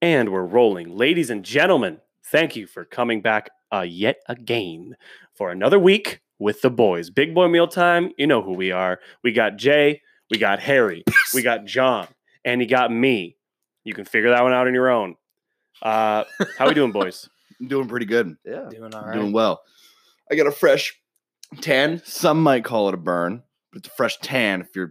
And we're rolling. Ladies and gentlemen, thank you for coming back uh, yet again for another week with the boys. Big boy mealtime, you know who we are. We got Jay, we got Harry, we got John, and he got me. You can figure that one out on your own. Uh, how we doing, boys? I'm doing pretty good. Yeah. Doing all I'm right. Doing well. I got a fresh tan. Some might call it a burn, but it's a fresh tan if you're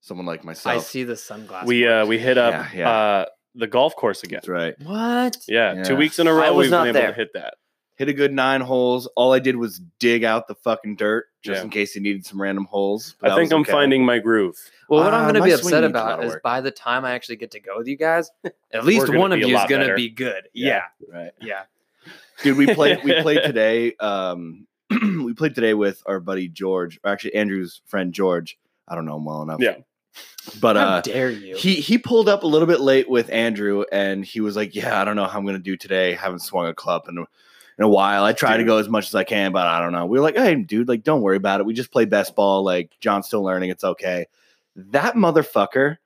someone like myself. I see the sunglasses. we uh, we hit up Yeah, yeah. Uh, the golf course again. That's right. what? Yeah, two Yeah. weeks in a I row was we've been not able there. to hit that. Hit a good nine holes. All I did was dig out the fucking dirt just Yeah. in case you needed some random holes. but I that think was I'm okay. finding my groove. Well, what Ah, I'm going to my be swing upset needs a lot about of is work. by the time I actually get to go with you guys, at least gonna one of be a you is lot going to better. be good. Yeah. Yeah. Right. Yeah. Dude, we played we played today. Um we played today with our buddy George, or actually Andrew's friend George. I don't know him well enough. Yeah. But How uh dare you? He he pulled up a little bit late with Andrew, and he was like, "Yeah, I don't know how I'm gonna do today. Haven't swung a club in a, in a while. I try to Dude. go as much as I can, but I don't know." We were like, "Hey, dude, like, don't worry about it. We just play best ball. Like, John's still learning. It's okay." That motherfucker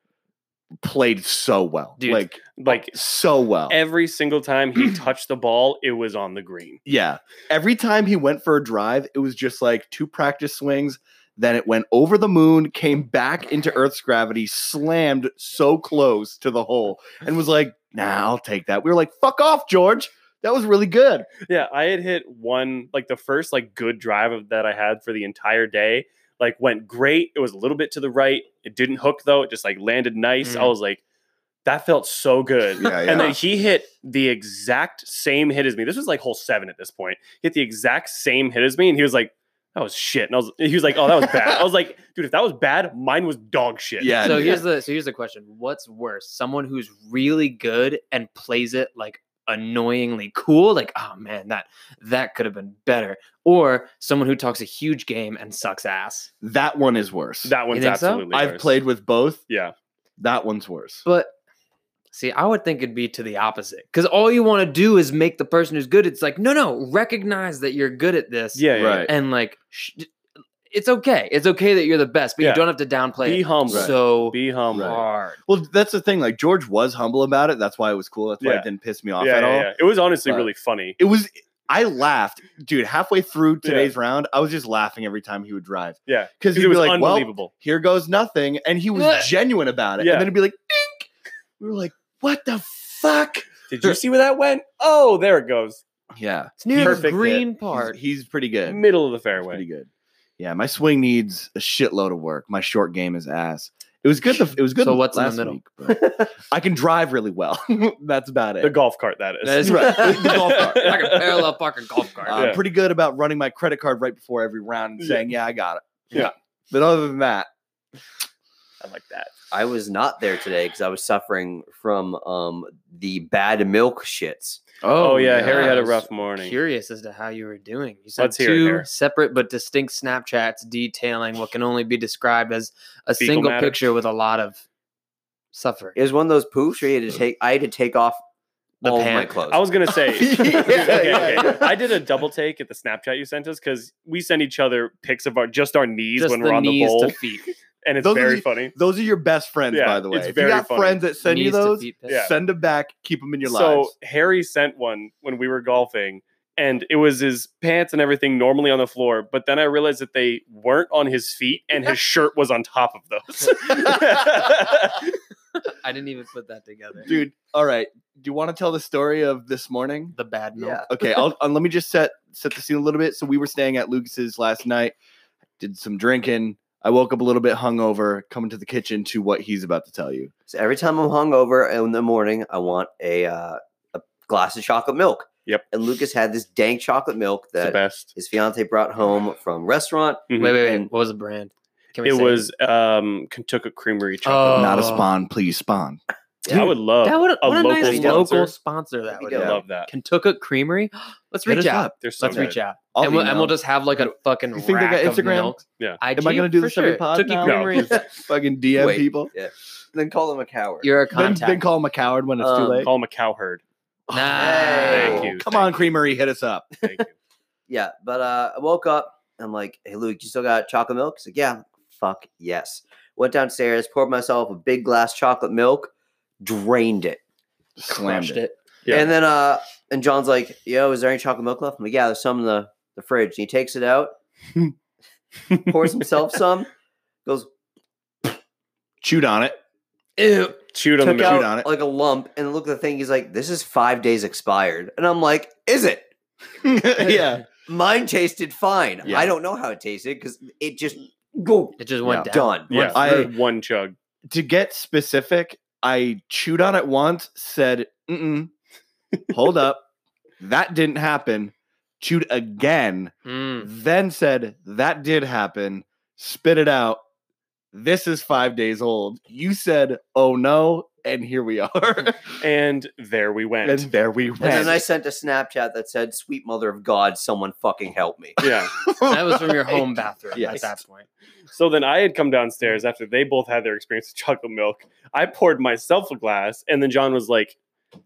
played so well, Dude. like Like so well. every single time he touched the ball, it was on the green. yeah, every time he went for a drive, it was just like two practice swings. Then it went over the moon, came back into Earth's gravity, slammed so close to the hole, and was like, nah, I'll take that. We were like, fuck off, George. That was really good. Yeah, I had hit one like the first like good drive of, that I had for the entire day. Like went great. It was a little bit to the right. It didn't hook though. It just like landed nice. I Mm. was like, that felt so good. Yeah, And then he hit the exact same hit as me. This was like hole seven at this point. Hit the exact same hit as me, and he was like, "That was shit." And I was, he was like, "Oh, that was bad." I was like, "Dude, if that was bad, mine was dog shit." yeah. so dude. here's the so here's the question: What's worse, someone who's really good and plays it like annoyingly cool, like oh man, that that could have been better, or someone who talks a huge game and sucks ass? that one is worse. that one's think so? absolutely. I've worse. played with both. Yeah. That one's worse. But see, I would think it'd be to the opposite because all you want to do is make the person who's good. It's like no, no, recognize that you're good at this, Yeah, yeah, yeah. Right. and like. Sh- it's okay. It's okay that you're the best, but Yeah. you don't have to downplay Be it humble. so Be humble. Right. hard. Well, that's the thing. Like George was humble about it. That's why it was cool. That's why Yeah. it didn't piss me Yeah, off yeah, at all. yeah. It was honestly But- really funny. It was I laughed, dude, halfway through Yeah. today's round, I was just laughing every time he would drive. Yeah, Because 'Cause he'd it be was like, Well, unbelievable. here goes nothing. And he Yeah. was genuine about it. Yeah. And then he'd be like, Dink. We were like, what the fuck? Did you see where that went? Oh, there it goes. Yeah. It's near Perfect the hit. green He's- part. He's, pretty good. He's Middle of the pretty fairway. good. Yeah, my swing needs a shitload of work. My short game is ass. It was good. The, it was good. So what's in the last middle? week, but I can drive really well. That's about it. The golf cart, that is. That is right. The golf cart. like a parallel parking golf cart. I'm yeah. pretty good about running my credit card right before every round and Yeah. saying, "Yeah, I got it." Yeah. But other than that, I like that. I was not there today because I was suffering from um the bad milk shits. Oh, yeah, yeah. Harry had I a was rough morning. Curious as to how you were doing. You sent Let's hear it, two Harry. separate but distinct Snapchats detailing what can only be described as a Fecal single matter. picture with a lot of suffering. It was one of those poofs where you had to take I had to take off The all of my pant. clothes. I was gonna say, Yeah, Dude, okay, yeah, okay. yeah. I did a double take at the Snapchat you sent us because we send each other pics of our just our knees Just when we're the on the knees bowl, to feet. and it's Those are very the- funny. those are your best friends, Yeah, by the way. it's If very you got funny. friends that send you Knees to those, feet pics. Yeah. send them back. Keep them in your So lives. Harry sent one when we were golfing, and it was his pants and everything normally on the floor, but then I realized that they weren't on his feet, and his shirt was on top of those. I didn't even put that together. dude. All right. Do you want to tell the story of this morning? The bad milk. Yeah. Okay, I'll, uh, let me just set set the scene a little bit. So we were staying at Lucas's last night. Did some drinking. I woke up a little bit hungover. Coming to the kitchen to what he's about to tell you. So every time I'm hungover in the morning, I want a uh, a glass of chocolate milk. Yep. And Lucas had this dank chocolate milk It's the that best. his fiance brought home from restaurant. Mhm. Wait, wait, wait. And- What was the brand? Can we It say was um Kentucky Creamery chocolate. Oh. Not a spawn, please spawn. I would love. that would a what a local nice sponsor. local sponsor that That'd would be I dope. be. love that. Kentucky Creamery. Let's Hit us reach out. up. They're so Let's good. reach out. I'll and we'll, and email. we'll just have like a fucking You think they rack got of Instagram? milk. Yeah. IG, Am I gonna do for this every sure. pod Tookie now? Creamery. No. Fucking DM Wait. people. Then call him a coward. You're a Then, contact. then call him a coward when it's too Um, late. Call him a cow herd. Nah. Thank you. Come Thank on, you. Creamery, hit us up. Thank you. yeah, but uh, I woke up. I'm like, hey, Luke, you still got chocolate milk? He's like, yeah, fuck yes. Went downstairs, poured myself a big glass chocolate milk, drained it. Slammed Crushed it. Yeah. And then uh and John's like, yo, is there any chocolate milk left? I'm like, yeah, there's some in the, the fridge. And he takes it out, pours himself some, goes Chewed on it. Ew. Chewed on the took milk. Chewed out on it. like a lump and looked at the thing. He's like, this is five days expired. And I'm like, is it? yeah. Mine tasted fine. Yeah. I don't know how it tasted because it just go It just went Yeah. down. done. Yeah, I- I one chug. To get specific, I chewed on it once, said, mm hold up. That didn't happen. Chewed again, Mm. then said, that did happen. Spit it out. This is five days old. You said, oh no. And here we are. And there we went. and there we went. And then I sent a Snapchat that said, Sweet mother of God, someone fucking help me. yeah. That was from your home Right. bathroom Yes. at that point. So then I had come downstairs after they both had their experience with chocolate milk. I poured myself a glass, and then John was like,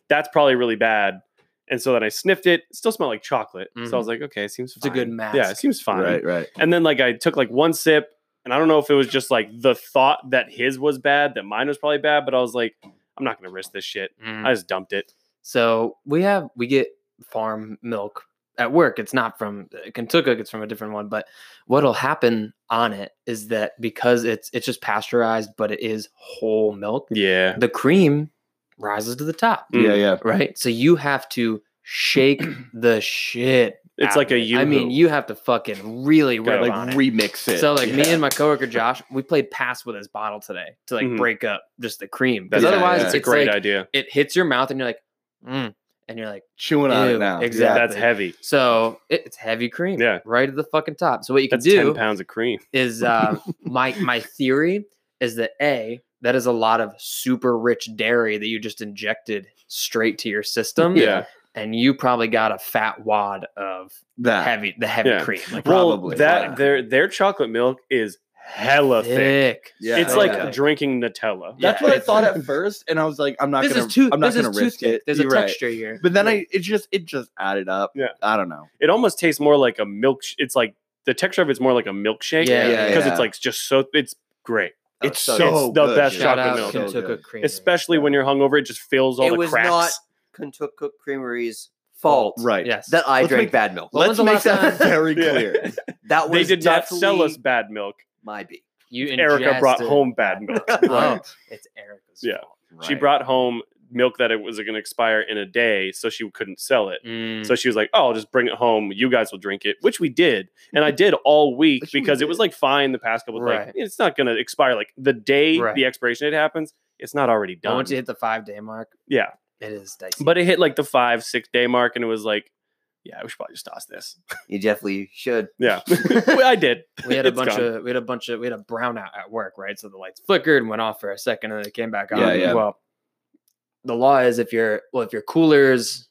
"That's probably really bad." And so then I sniffed it. It still smelled like chocolate. So I was like, "Okay, it seems Mm-hmm. It's a good fine. mask. Yeah, it seems fine. Right, right. And then like I took like one sip, and I don't know if it was just like the thought that his was bad, that mine was probably bad, but I was like, "I'm not gonna risk this shit." Mm. I just dumped it. So we have we get farm milk at work. It's not from Kentucky. It's from a different one. But what'll happen on it is that because it's it's just pasteurized, but it is whole milk. Yeah. The cream rises to the top, Mm. Yeah, yeah. right? So you have to shake the shit. It's out like of a it. I mean, Yoo-hoo. you have to fucking really Gotta, rub like, on it. Remix it. So like me Yeah. and my coworker Josh, we played pass with his bottle today to like Mhm. break up just the cream because That's- yeah, otherwise yeah. it's it's, a great like, idea. It hits your mouth and you're like, mm, and you're like, chewing on it Ew, now. exactly. That's heavy. so it, it's heavy cream, Yeah. right at the fucking top. So what you can That's ten do pounds of cream. is uh, my my theory is that a that is a lot of super rich dairy that you just injected straight to your system. Yeah. and you probably got a fat wad of That. heavy the heavy Yeah. cream, like Probably. Well, that Yeah. their their chocolate milk is hella thick. thick. Yeah. It's so like thick. drinking Nutella. Yeah. That's what I thought at first, and I was like, I'm not this gonna, is too. I'm not this gonna is too risk thick. it. There's You're a right. texture here. But then I, it just, it just added up. Yeah. I don't know. It almost tastes more like a milk. It's like the texture of it's more like a milkshake. Yeah, yeah, Because yeah. it's like just so. It's great, That was It's good. so It's the good, best dude. Shout Shout chocolate out out milk. So Kentucky good. cream. especially when you're hungover. It just fills all It the was cracks. not Kentuck Cook Creamery's fault Right. yes, that I Let's drank make- bad milk. Well, when's Let's the make that last time- very Yeah. clear. That They was did not sell us definitely bad milk. my beat. you Erica brought ingested- home bad milk. Oh, it's Erica's Yeah. fault. She brought home milk that it was going to expire in a day, so she couldn't sell it. Mm. So she was like, "Oh, I'll just bring it home. You guys will drink it," which we did, and I did all week Which we because it was did. like fine the past couple. of Like Right. it's not gonna expire. Like the day Right. the expiration date happens, it's not already But done. once you hit the five day mark, yeah, it is dicey. but it hit like the five six day mark, and it was like, yeah, we should probably just toss this. You definitely should. Yeah, Well, I did. we had a It's bunch gone. of we had a bunch of we had a brownout at work, right? So the lights flickered and went off for a second, and then it came back on. Yeah, yeah. Well, the law is if your well if your coolers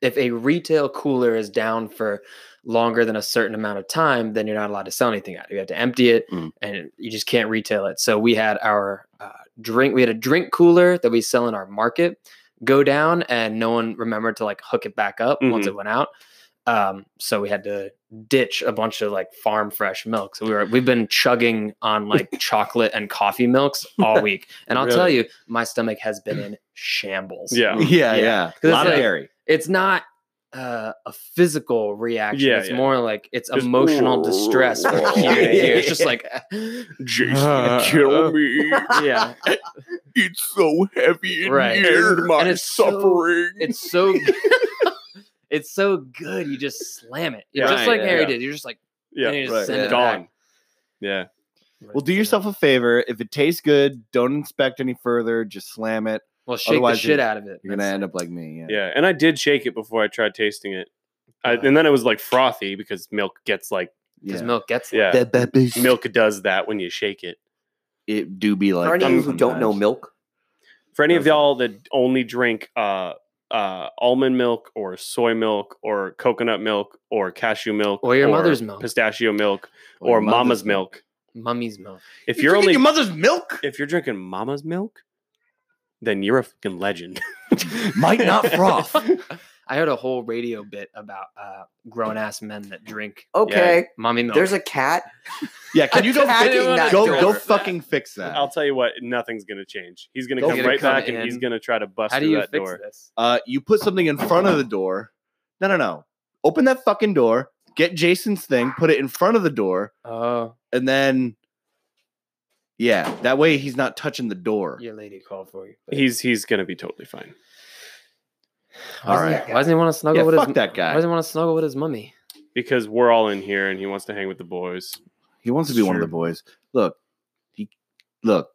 if a retail cooler is down for longer than a certain amount of time, then you're not allowed to sell anything out. You have to empty it, Mm. and you just can't retail it. So we had our uh, drink we had a drink cooler that we sell in our market go down, and no one remembered to like hook it back up once Mhm. it went out. Um, so we had to ditch a bunch of like farm fresh milk. So we were we've been chugging on like chocolate and coffee milks all week. And I'll tell Really? you, my stomach has been in shambles. Yeah, Yeah, yeah. A it's lot of like- dairy. It's not uh, a physical reaction. Yeah, it's yeah. more like it's Just- emotional distress for a few years. It's just like Jason, kill me. yeah. It's so heavy in Right. here. And my it's so- suffering. It's so it's so good. You just slam it. You're Right, just like yeah, Harry yeah. did. You're just like and Yeah, you just right, send yeah. it gone. back. Yeah, well, do yourself a favor. If it tastes good, don't inspect any further. Just slam it. well shake otherwise the shit you- out of it. You're gonna end up like me. Yeah. yeah. And I did shake it before I tried tasting it, I, Uh, and then it was like frothy because milk gets like because Yeah. milk gets like yeah. That babies. Milk does that when you shake it. It do be like. For any that of you who don't know sometimes. milk, For any of Okay. y'all that only drink uh, uh, almond milk or soy milk or coconut milk or cashew milk Or your mother's milk. pistachio milk or, mama's milk, mummy's milk. if you're, only your mother's milk, if you're drinking mama's milk, then you're a fucking legend. might not froth. I I heard a whole radio bit about uh, grown ass men that drink Okay, mommy milk. there's a cat. Yeah, can you go Attacking fix, that go door. go fucking fix that? I'll tell you what, nothing's gonna change. He's gonna Go come get it, right come back and he's in. gonna try to bust How do through you that fix door. this? Uh, you put something in front of the door. No, no, no. Open that fucking door. Get Jason's thing. Put it in front of the door, Oh, and then yeah, that way he's not touching the door. your lady called for you. He's he's gonna be totally fine. Why doesn't- alright. Why doesn't he want to snuggle Yeah, with fuck his? that Why guy. doesn't he want to snuggle with his mummy? Because we're all in here and he wants to hang with the boys. He wants to be one of the Sure. boys. Look, he look,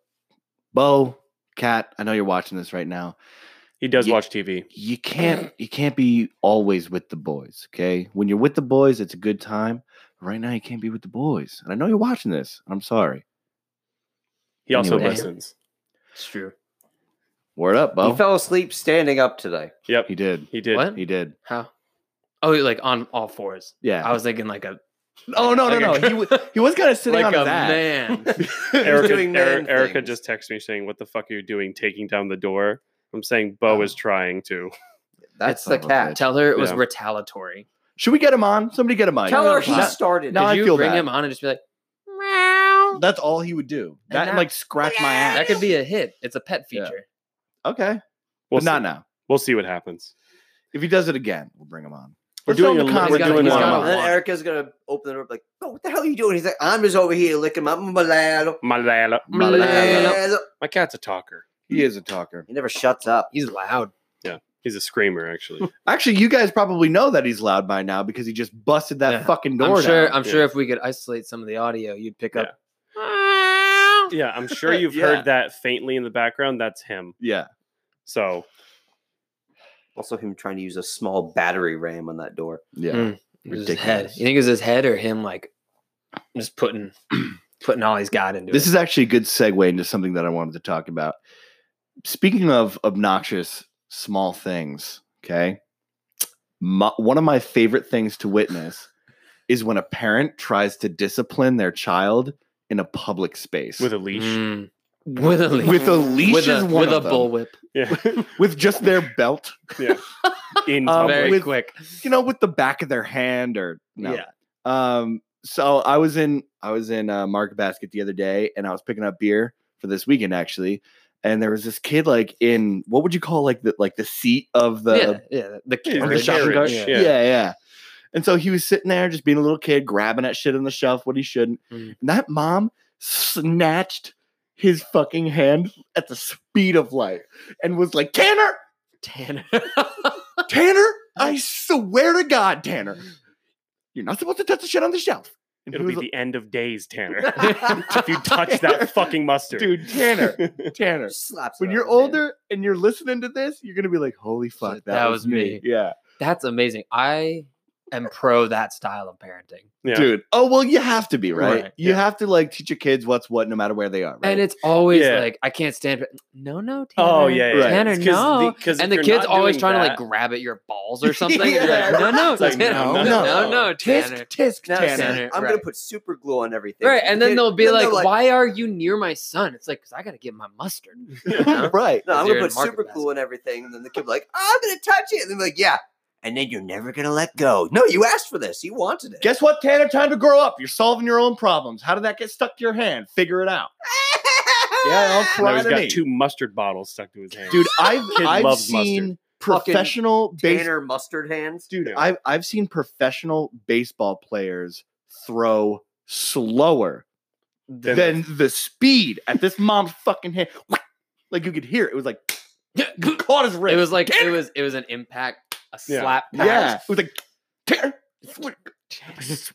Bo, Cat. I know you're watching this right now. He does Yeah. watch TV. You can't you can't be always with the boys. Okay, when you're with the boys, it's a good time. Right now, you can't be with the boys. And I know you're watching this. I'm sorry. He also Anyway. listens. It's true. Word up, Bo. He fell asleep standing up today. Yep. he did. He did. What? He did. How? Oh, like on all fours. Yeah. I was thinking like a. Oh no no no! He w- he was kind of sitting like on a his ass. man. Erica, doing man Eri- Erica things. just texted me saying, What the fuck are you doing taking down the door? I'm saying Oh. Bo is trying to. That's son the of a cat. Tell her it was Yeah. retaliatory. Should we get him on? Somebody get him on. Tell her he Not- started. No, Did I you feel bring that. him on and just be like, That's all he would do. And That and, that- like scratch my ass. that could be a hit. It's a pet Yeah. feature. okay, We'll but not see. now. We'll see what happens. If he does it again, we'll bring him on. We're Let's tell doing him to a- calm we're down. doing He's a- got And then Erica's gonna open the door like, "Oh, what the hell are you doing?" He's like, "I'm just over here licking my malalo." My lala- My Malala. malalo." my cat's a talker. He is a talker. He never shuts up. He's loud. He's a screamer, actually. Actually, you guys probably know that he's loud by now because he just busted that Yeah. fucking door I'm sure. down. I'm sure if we could isolate some of the audio, you'd pick up. yeah, I'm sure you've Yeah. heard that faintly in the background. That's him. yeah. So Also, him trying to use a small battery ram on that door. Yeah. Mm. It was his head. Ridiculous. You think it was his head or him like just putting putting all he's got into This it? is actually a good segue into something that I wanted to talk about. Speaking of obnoxious small things, okay? My, one of my favorite things to witness is when a parent tries to discipline their child in a public space. with a leash. Mm. with a leash. With a leash with is a, one with of a them. bullwhip. Yeah. with just their belt, In Uh, Um, public. Very with- quick. you know, with the back of their hand or no. Yeah. Um, so I was in I was in uh, Market Basket the other day, and I was picking up beer for this weekend actually. And there was this kid like in what would you call like the like the seat of the yeah, yeah. The, Yeah, Or the the shopping carriage, cart? yeah. yeah. yeah And so he was sitting there just being a little kid, grabbing at shit on the shelf when he shouldn't. Mhm. And that mom snatched his fucking hand at the speed of light and was like, Tanner, Tanner. Tanner, I swear to God, Tanner, you're not supposed to touch the shit on the shelf. And he It'll be was the end of days, Tanner. like- if you touch Tanner, that fucking mustard. dude, Tanner, Tanner. Just slaps. When it you're out of his hand. older and you're listening to this, you're gonna be like, "Holy fuck, that, was, me. me. Yeah, That's amazing. I am pro that style of parenting. Yeah. dude. Oh well, you have to be right. Right, You yeah. have to like teach your kids what's what, no matter where they are. Right? And it's always Yeah. like I can't stand it. No, no, Tanner. Oh yeah, yeah, yeah. Tanner, It's 'cause no. the- 'cause and if the you're kid's not always doing trying to that- like grab at your balls or something. and you're Yeah. like, no, no, It's like, Tanner, no, no, no. no, no, Tanner. tisk tisk No, Tanner. Tanner. I'm right. gonna put super glue on everything. Right, and then Kid- they'll be then like, they're "Why are you near my son?" It's like, "Cause I gotta get my mustard." know? right. No, Because I'm gonna you're put in market super glue on everything. And then the kid be like, I'm gonna touch it. And they're like, yeah. And then you're never gonna let go. No, you asked for this. You wanted it. Guess what, Tanner? Time to grow up. You're solving your own problems. How did that get stuck to your hand? Figure it out. Yeah, don't Now cry he's to got me. two mustard bottles stuck to his hand. Dude, I've Kid I've loves mustard. seen Fucking professional base, Tanner mustard hands. dude. Yeah. I've I've seen professional baseball players throw slower Then- than the speed at this mom's fucking hand. Like you could hear it. It was like it caught his wrist. was like Tanner! it was it was an impact, a Yeah. slap. Yeah, it was like Tanner.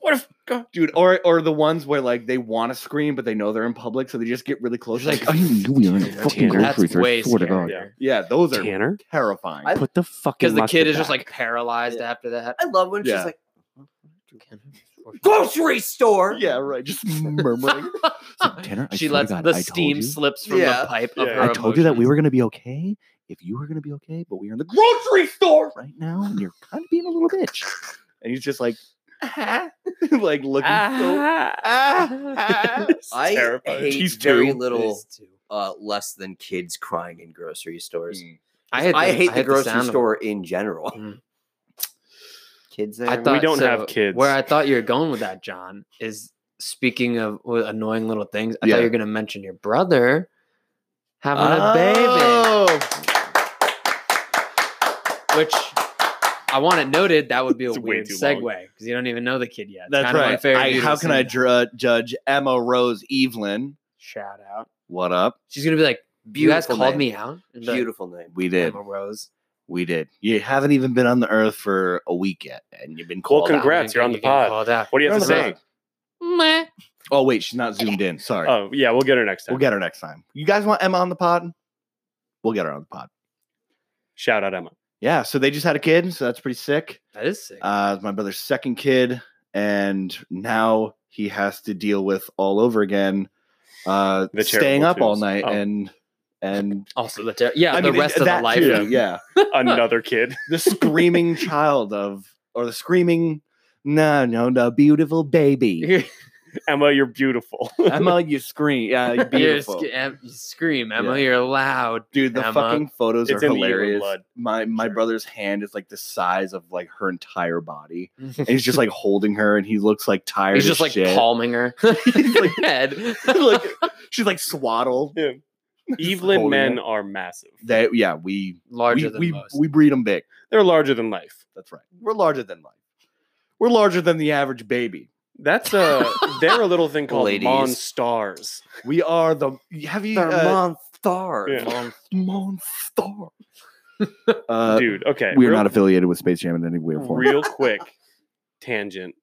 What if, dude? Or or the ones where like they want to scream but they know they're in public, so they just get really close. Like, Like, I knew we were in a Tanner, fucking Tanner. grocery That's store. way swear to scarier. God. Yeah. Yeah, those are Tanner, terrifying. I- put the fucking because the kid mustard is just back. like paralyzed after that. I love when Yeah. she's like, grocery store. yeah, right. Just murmuring. Tanner, she lets the steam slips from Yeah. the pipe of Yeah. her I emotions. going to be okay if you were going to be okay, but we are in the grocery store right now, and you're kind of being a little bitch. And he's just like, like looking. so- Uh-huh. Uh-huh. It's I terrifying. hate She's very two. little These two. uh, less than kids crying in grocery stores. Mm. I hate, I hate the hate grocery sound of store in general. Mm. kids there? I thought don't so have kids. Where I thought you were going with that, John, is speaking of well, annoying little things. I Yeah. thought you were going to mention your brother having a Oh! baby, which I want it noted. That would be a It's way weird too segue long. because you don't even know the kid yet. It's That's kind of right. unfair of I, you to how can say I that. dr- judge Emma Rose Evelyn? shout out? What up? She's going to be like, you guys Beautiful called name. me out. And be like, Beautiful name. We "I'm did. a rose. We did. You haven't even been on the earth for a week yet, and you've been Well, called. out. congr- Congrats, you're on the getting pod. Called out. What do you have to You're on say? the Oh wait, she's not zoomed in. Sorry. Oh, yeah, we'll get her next time. We'll get her next time. You guys want Emma on the pod? We'll get her on the pod. Shout out Emma. Yeah. So they just had a kid, so that's pretty sick. That is sick. Uh, it's my brother's second kid, and now he has to deal with all over again, uh, The staying terrible up all twos. night Oh. and and also, the ter- yeah, I the mean, rest of the that life. too, yeah, Another kid. the screaming child of or the screaming, no, no, no, beautiful baby. Emma, you're beautiful. Emma, you scream, yeah, you're You're beautiful. sc- em- you scream, Emma. Yeah. You're loud. Dude, the Emma. fucking photos It's are in the Evelyn hilarious. blood. My my brother's hand is like the size of like her entire body, and he's just like holding her, and he looks like tired. He's as just like shit. palming her He's like- head. like she's like swaddled. Evelyn holding men it. are massive. They yeah, we larger we, than we, most. we breed them big. They're larger than life. That's right. We're larger than life. We're larger than the average baby. That's a they're a little thing called Ladies. monstars. We are the have you They're uh, Monstars. Yeah. monster. uh, Dude, okay. we are real- not affiliated with Space Jam in any way or form. real quick tangent.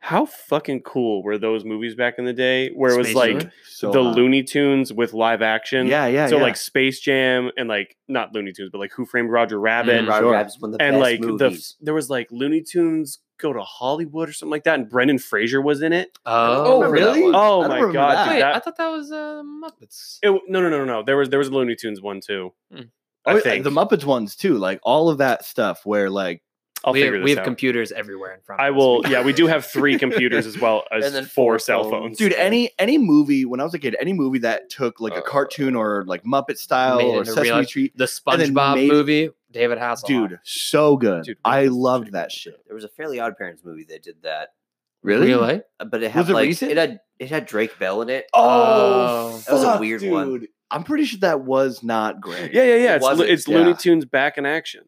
How fucking cool were those movies back in the day where it was Space like Jam? So the hot. Looney Tunes with live action? Yeah, yeah. so yeah. like Space Jam and like not Looney Tunes, but like Who Framed Roger Rabbit Mm. Roger Sure. Rabbit's one of the and best like movies. the there was like Looney Tunes go to Hollywood or something like that, and Brendan Fraser was in it. oh, remember that one. Oh I don't my remember God, that. dude, Wait, that- I thought that was uh, Muppets. It, no, no, no, no, no. There was there was a Looney Tunes one too. Hmm. I Oh, think the Muppets ones too, like all of that stuff where like I'll we figure have, this we have out. computers everywhere in front. I of us. will. Yeah, we do have three computers as well as And then four, four cell phones. phones. dude any any movie when i was a kid any movie that took like a Uh, cartoon or like muppet style made it or into sesame real life. street the and then SpongeBob made- movie. David Hasselhoff. dude so good Dude, i Muppets loved Street. that shit There was a Fairly Odd Parents movie that did that, really Really? uh, but it had Was it like recent? it had it had Drake Bell in it. oh Oh, fuck, that was a weird one. dude. i'm pretty sure that was not great Yeah, yeah, yeah. It It's, Lo- wasn't, it's Looney yeah. Tunes back in action,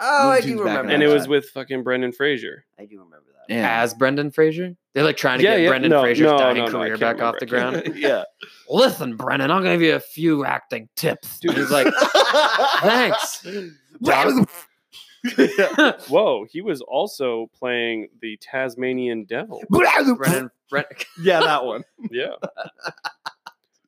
Oh, Looney I Tunes do back in remember. and it was Gotcha. with fucking Brendan Fraser. I do remember that. yeah As Brendan Fraser? They're like trying to Yeah, get yeah. Brendan No, Fraser's no, dying no, no, I career can't back remember. off the ground. yeah Listen, Brendan, I'll give you a few acting tips. Dude, And he's like, thanks. Whoa, he was also playing the Tasmanian Devil. Brendan, Brendan yeah that one Yeah,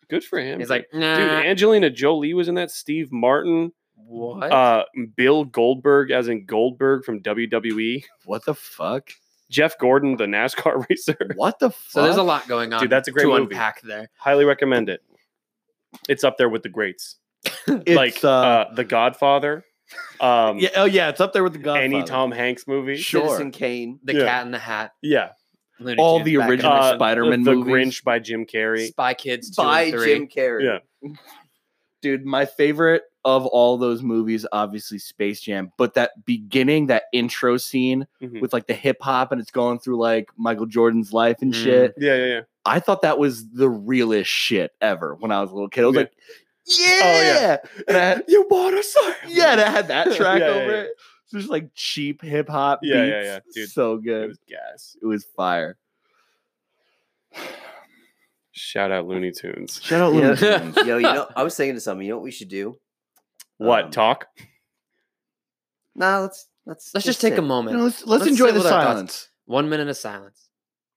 good for him. he's like, dude, nah, Angelina Jolie was in that. Steve Martin, what? uh, Bill Goldberg, as in Goldberg from WWE. what the fuck Jeff Gordon, the NASCAR racer. what the fuck so there's a lot going on. that's a great to movie. unpack there. Highly recommend it. It's up there with the greats. it's, like uh, The Godfather. Um, yeah oh yeah it's up there with the Godfather. any Tom Hanks movie. Sure. Citizen Kane. The Yeah. Cat in the Hat, Yeah, Looney all Tunes the back in original Uh, spider-man The movies. Grinch by Jim Carrey. Spy Kids two by and three. Jim Carrey. Yeah. dude my favorite of all those movies obviously space jam but that beginning that intro scene Mhm. with like the hip hop and it's going through like michael jordan's life and Mm. shit Yeah, yeah, yeah. i thought that was the realest shit ever when i was a little kid i was Yeah. Oh, like yeah, and I had, you bought a sir. yeah and i had that track Yeah, yeah, over yeah. it it's just like cheap hip hop Yeah, yeah, beats. yeah, dude. so good It was gas. fire Shout out Looney Tunes. shout out Yeah. Looney Tunes. Yo, you know, I was thinking to something. You know what we should do? What Um, talk? Nah, let's let's Let's just take a sit. You moment. know, let's, let's, Let's enjoy sit the with our thoughts. silence One minute of silence.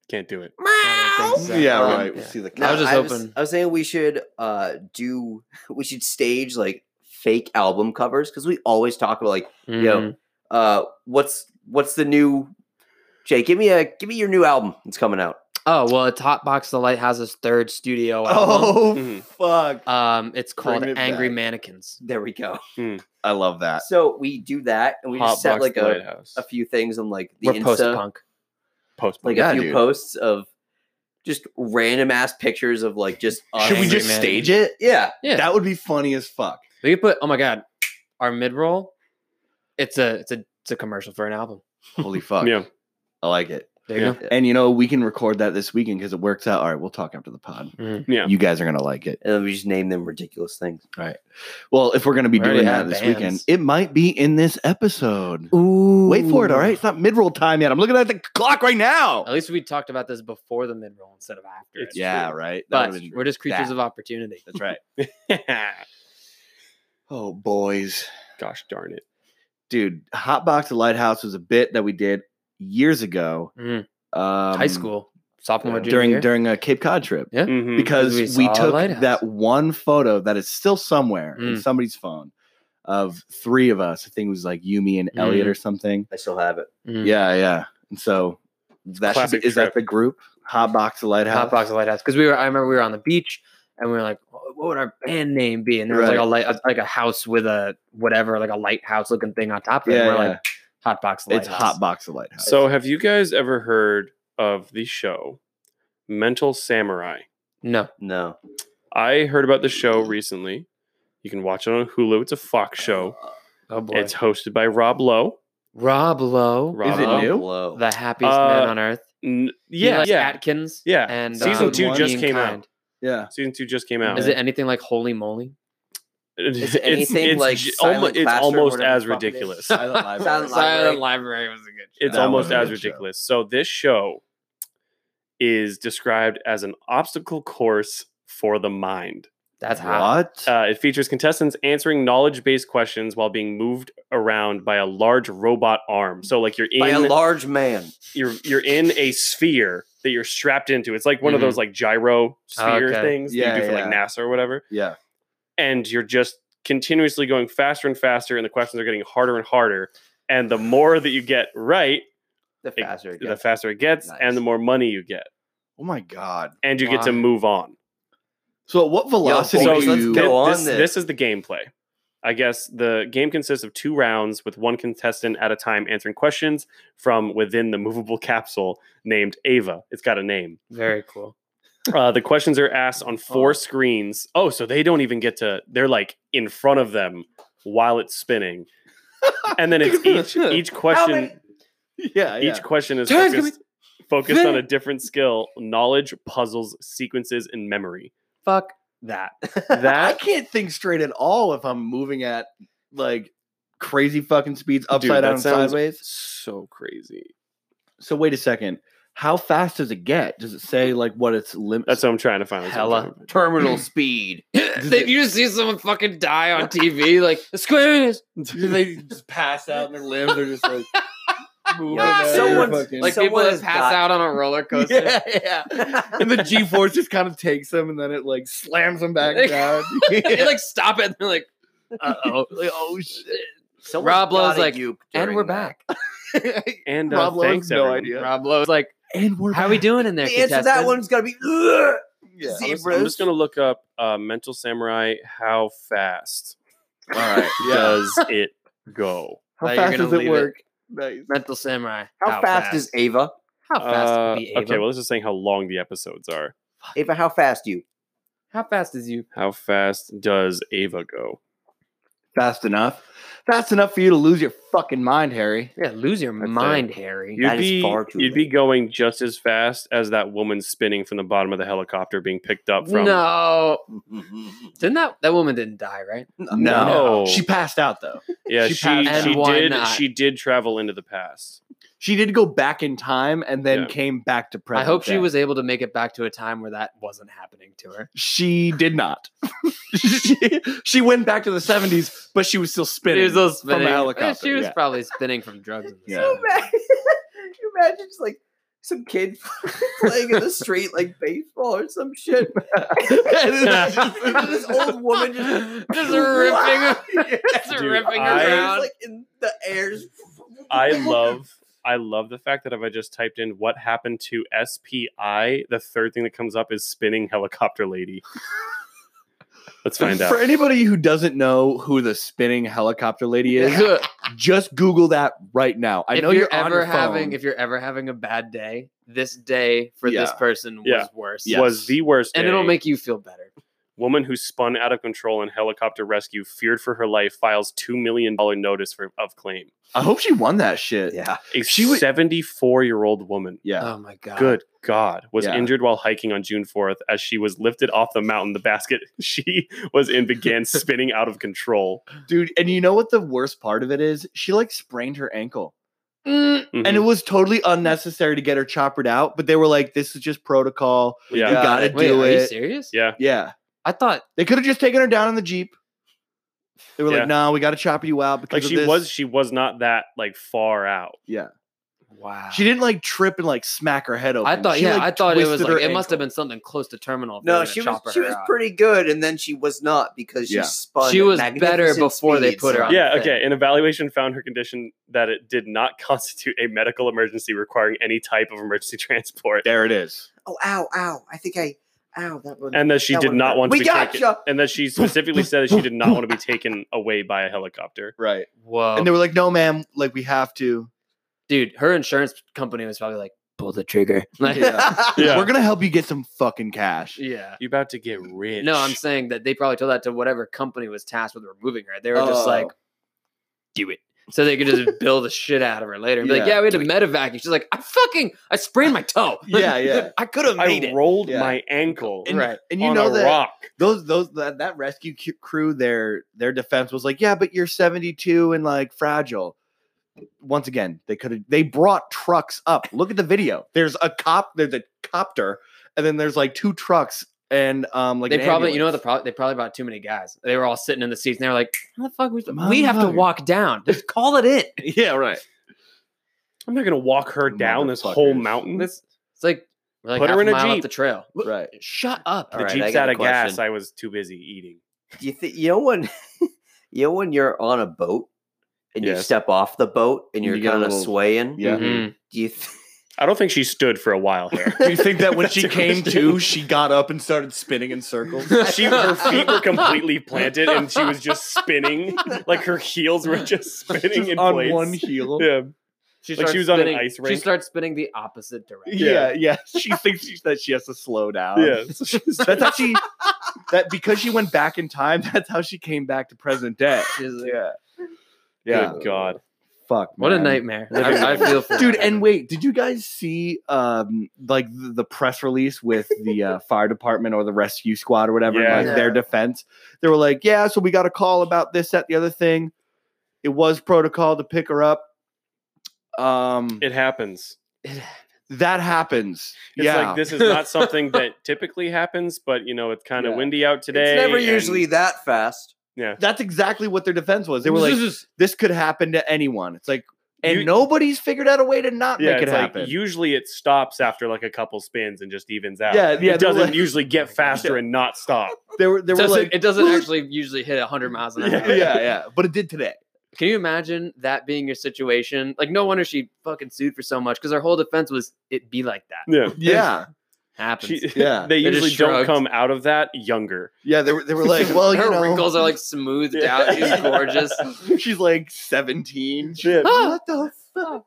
Can't do it. I don't think so. yeah Um, right we'll yeah. see the No, I was just I was, hoping- I was saying we should uh do we should stage like fake album covers because we always talk about like Yo. Mm. uh what's what's the new Jay, give me a give me your new album that's coming out. Oh well, it's Hot Box the Lighthouse's third studio album. oh Mhm. fuck Um, it's called Bring it Angry back. Mannequins. There we go. i love that So we do that and we just set like a, Lighthouse. a few things on like the We're post Insta, punk. Post like Yeah, a few dude. posts of just random ass pictures of like just us. should we Angry just Man. stage it yeah Yeah. That would be funny as fuck. We could put oh my god, our mid roll. It's a it's a it's a commercial for an album. Holy fuck. Yeah. I like it. There Yeah. you And you know, we can record that this weekend because it works out. All right, we'll talk after the pod. Yeah. You guys are gonna like it. And then we just name them ridiculous things. Well, if we're gonna be We already doing that have this weekend, bands. it might be in this episode. go. Ooh. Wait for it, all right? It's not mid-roll time yet. I'm looking at the clock right now. At least we talked about this before the mid roll instead of after. it. It's yeah, true. right. That But would've been- we're just creatures that. of opportunity. That's right. Gosh Oh boys. darn it. Dude, Hot Box to Lighthouse was a bit that we did years ago. Mm. Um, High school, sophomore, junior during year. mm, during a Cape Cod trip. Mm-hmm. Mhm. because We we, saw a took lighthouse. that one photo that is still somewhere in Mm. somebody's phone of three of us. I think it was like you, me, and Elliot or something. I still have it. Mm. Yeah, yeah. And so that should be- classic is that trip. the group Hot Box of Lighthouse. Hot box of lighthouse because we were. I remember we were on the beach and we were like, "Wh- "What would our band name be?" And there was like a Right. light, a, like a house with a whatever, like a lighthouse looking thing on top of it. Yeah, and we're yeah. like, "Hot box of it's lighthouse." Hot Box of Lighthouse. So, have you guys ever heard of the show Mental Samurai? No, No. I heard about the show recently. You can watch it on Hulu. It's a Fox show. oh boy, It's hosted by Rob Lowe. Rob Lowe, Rob Is it Oh, Lowe. new? Blow. the happiest man Uh, on earth. N- He yeah, likes yeah. Atkins, Yeah. and uh, Season um, two just Ian came out. Kind. yeah. Season two just came out. Is it anything like holy moly? Is it anything like j- Silent almo- it's Class or almost whatever as the fuck it is? ridiculous. Silent Library. Silent Silent Library was a good. It's That almost was a as good show. ridiculous. So this show is described as an obstacle course for the mind. That's hot. What? Uh, it features contestants answering knowledge-based questions while being moved around by a large robot arm. So like you're in By a large man. you're you're in a sphere that you're strapped into. It's like one of Mhm. those like gyro sphere Okay. things that Mm-hmm. Yeah, you do for like yeah. NASA or whatever. yeah. And you're just continuously going faster and faster, and the questions are getting harder and harder. And the more that you get right, The it- faster it the gets. faster it gets, Nice. and the more money you get, Oh my god. and you get to Wow. move on. So at what velocity So boys, do let's you thi- go on this, then. this is the gameplay. I guess the game consists of two rounds with one contestant at a time answering questions from within the movable capsule named Ava. It's got a name. Very cool. Uh, the questions are asked on four screens. Oh, so they don't even get to. They're like in front of them while it's spinning, and then it's each each many- question. Yeah, yeah. Each question is Turns can focused, focused on a Finish. different skill: knowledge, puzzles, sequences, and memory. Fuck that. I That can't think straight at all if I'm moving at like crazy fucking speeds upside that down and sounds- sideways. so crazy. So wait a second. How fast does it get? Does it say like what its limit? That's what I'm trying to find. That's what I'm Hella. trying to find. Terminal speed. Did you just see someone fucking die on TV? Like the squares. they just pass out and their limbs are just like moving. Yeah, at someone's- your fucking- like Someone people that has pass died. out on a roller coaster. yeah, yeah. And the G force just kind of takes them and then it like slams them back Like- down. they like stop it. And they're like, uh oh. Like, oh shit! Someone's Rob Lowe's gotta like, goop And during we're that. back. And uh, Rob Lowe has thanks, no everyone. idea. Rob Lowe's like, And we're how are we doing in there? The answer to that contestant?" one's gonna be "Ugh." Yeah. I'm just, I'm Zebras. just gonna look up uh, "Mental Samurai." How fast All right. Yeah. does it go? How Thought you were fast gonna does it leave it. work? Nice. Mental Samurai. How, fast, is Ava? how fast Uh, would be Ava? Okay, well, this is saying how long the episodes are. Ava, how fast you? how fast is you? How fast does Ava go? Fast enough. Fast enough for you to lose your fucking mind, Harry. Yeah, lose your That's a- mind, Harry. You'd That is be far too you'd be going just as fast as that woman spinning from the bottom of the helicopter being picked up from. no, no. didn't that that woman didn't die, right? No. She passed out though. yeah, she she passed she out. And did why not? she did travel into the past. She did go back in time and then Yeah. came back to present. I hope she day. was able to make it back to a time where that wasn't happening to her. She did not. she, she went back to the seventies, but she was still spinning. She was still from spinning a Yeah, helicopter. She was yeah. probably spinning from drugs. In the Yeah. Can you sun. imagine, can you imagine just like some kid playing in the street like baseball or some shit? It's just- this old woman just, just ripping, just Dude, ripping I- around. like in the air. just- I love I love the fact that if I just typed in what happened to SPI, the third thing that comes up is spinning helicopter lady. Let's find out. For anybody who doesn't know who the spinning helicopter lady is, just Google that right now. I if know you're, on ever your having, phone. if you're ever having a bad day, this day for this Yeah. person was Yeah. worse, Yeah. Was the worst and it'll day. make you feel better. Woman who spun out of control in helicopter rescue, feared for her life, files two million dollar notice for, of claim. I hope she won that shit. Yeah. A She wa- seventy-four year old woman. Yeah. Oh my god. Good God, was Yeah. injured while hiking on June 4th as she was lifted off the mountain. The basket she was in began spinning out of control. Dude, and you know what the worst part of it is? She like sprained her ankle. Mm, Mhm. And it was totally unnecessary to get her choppered out, but they were like, this is just protocol. yeah. You gotta Wait, do are you it. serious? yeah. yeah. I thought They could have just taken her down in the Jeep. They were Yeah. like, nah, we gotta chop you out because Like of she this." was she was not that like far out. wow. She didn't like trip and like smack her head open. I thought She, yeah, like, I thought it was twisted her like it must have ankle. been something close to terminal. if they were No, gonna she was chopper she her was out. pretty good, and then she was not because she Yeah. spun. She at was better magnificent before they speeds. put her on. Yeah, the thing. okay. An evaluation found her condition that it did not constitute a medical emergency requiring any type of emergency transport, There it is. Oh, ow, ow! I think I, ow, that one. and that she That did one not hurt. want to We be taken, gotcha! and that she specifically said that she did not want to be taken away by a helicopter. Right. Whoa. And they were like, no, ma'am, like we have to. Dude, her insurance company was probably like, pull the trigger. Like, yeah. Yeah. Yeah. We're gonna help you get some fucking cash. You about to get rich? No, I'm saying that they probably told that to whatever company was tasked with removing her. They were just like, Oh. do it. So they could just bill the shit out of her later and be like, Yeah. yeah, we had to medevac. And she's like, I fucking, I sprained my toe. Yeah, yeah. I could have made I it. rolled Yeah. my ankle And, Right. and you on know a that rock. those those that, that rescue cu- crew their their defense was like, yeah, but you're 72 and like fragile. Once again, they could have they brought trucks up. Look at the video. There's a cop. There's a copter, and then there's like two trucks and um like they an probably, you know, what the ambulance. problem. They probably brought too many guys. They were all sitting in the seats, and they were like, "How the fuck? We, we have to Motherfucker. walk down. Just call it in." yeah right. I'm not gonna walk her down this whole Motherfuckers. mountain. It's, it's like we're like Put her half in a mile Jeep. up the trail. Right. Shut up. the All right, I jeep's got out a of gas. question. I was too busy eating. Do you think you know when you know when you're on a boat and you Yes. step off the boat and You you're get a kind of little- swaying? Yeah. Mhm. Do you th- I don't think she stood for a while here. Do you think that when That's she a came question. to, she got up and started spinning in circles? she her feet were completely planted and she was just spinning like her heels were just spinning Just in on place. one heel. yeah She Like she starts was on an spinning- ice She rink. starts spinning the opposite direction. Yeah, yeah. She thinks she, that she has to slow down. yeah That's how she that because she went back in time, that's how she came back to present day. She's like, Yeah. Yeah. good god Fuck. What a man. nightmare. Living I, I feel for Dude, her. and wait, did you guys see um like the, the press release with the uh, fire department or the rescue squad or whatever, Yeah. like their Yeah. defense? They were like, Yeah, so we got a call about this, that, the other thing. It was protocol to pick her up. Um it happens that happens. it's yeah. like this is not something that typically happens but you know it's kind of Yeah. windy out today it's never and- usually that fast. That's exactly what their defense was. They were like, this could happen to anyone. It's like, and You- nobody's figured out a way to not yeah, make it it's like happen. usually it stops after like a couple spins and just evens out. Yeah, yeah, they were It doesn't like- usually get faster and not stop. they were, they it were doesn't, like, it doesn't "What?" actually usually hit 100 miles an hour. yeah, yeah, yeah, but it did today. Can you imagine that being your situation? Like, no wonder she fucking sued for so much because her whole defense was it be like that. Yeah, Yeah, Happens. She- yeah, they They just usually don't shrugged. come out of that younger. yeah. They were, they were like, well, her you know, wrinkles are like smoothed Yeah. out. She's gorgeous. she's like seventeen. She's Shit. like, what the fuck?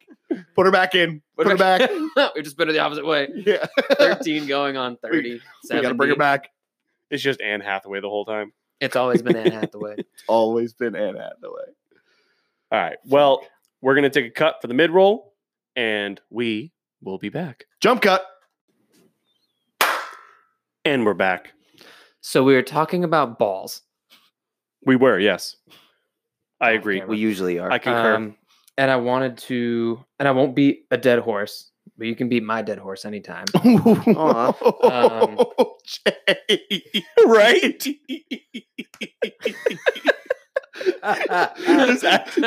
Put her back in. Put, her back. we just been her the opposite way. yeah, 13 going on we 30. gotta bring her 70. back. It's just Anne Hathaway the whole time. It's always been Anne Hathaway. Always been Anne Hathaway. All right. Well, we're going to take a cut for the mid roll and we will be back. Jump cut. And we're back. So we were talking about balls. We were, yes. I agree. camera. We usually are. I concur. Um, and I wanted to, and I won't beat a dead horse, but you can beat my dead horse anytime. Oh, Jay. right? Just act-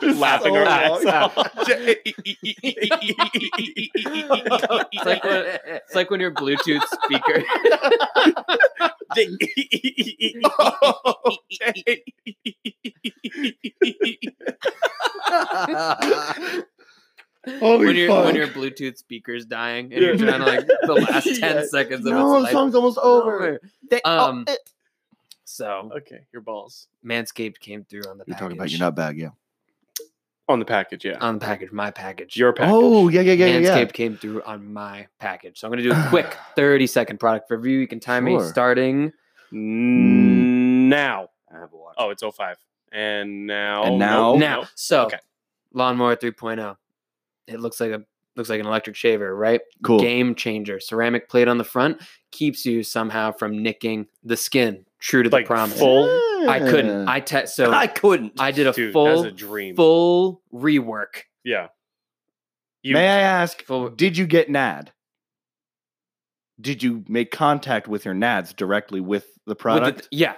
just laughing so her long. ass off. Jay. It's like, when, it's like when your Bluetooth speaker. Holy when your fuck. when your Bluetooth speaker's dying and you're Yeah. trying to like the last ten Yeah. seconds of no, the its life. song's almost over. They- oh, Um, eh. So okay, your balls. Manscaped came through on the package. nut bag, yeah. On the package, yeah. on the package, my package. Your package. Oh, yeah, yeah, yeah, yeah, yeah. Manscaped came through on my package. So I'm going to do a quick 30 second product review. You can time Sure. me starting N- Now. I have a watch. Oh, it's 05. And now. And nope, now? now, nope. so Okay. lawnmower 3.0. It looks like a looks like an electric shaver, right? Cool. Game changer. Ceramic plate on the front keeps you somehow from nicking the skin. True to the Like promise. full- I couldn't. I te- so I couldn't. I did a Dude, full that's a dream. full rework. yeah. You, May I ask, Full did you get NAD? Did you make contact with your NADs directly with the with the- product? yeah.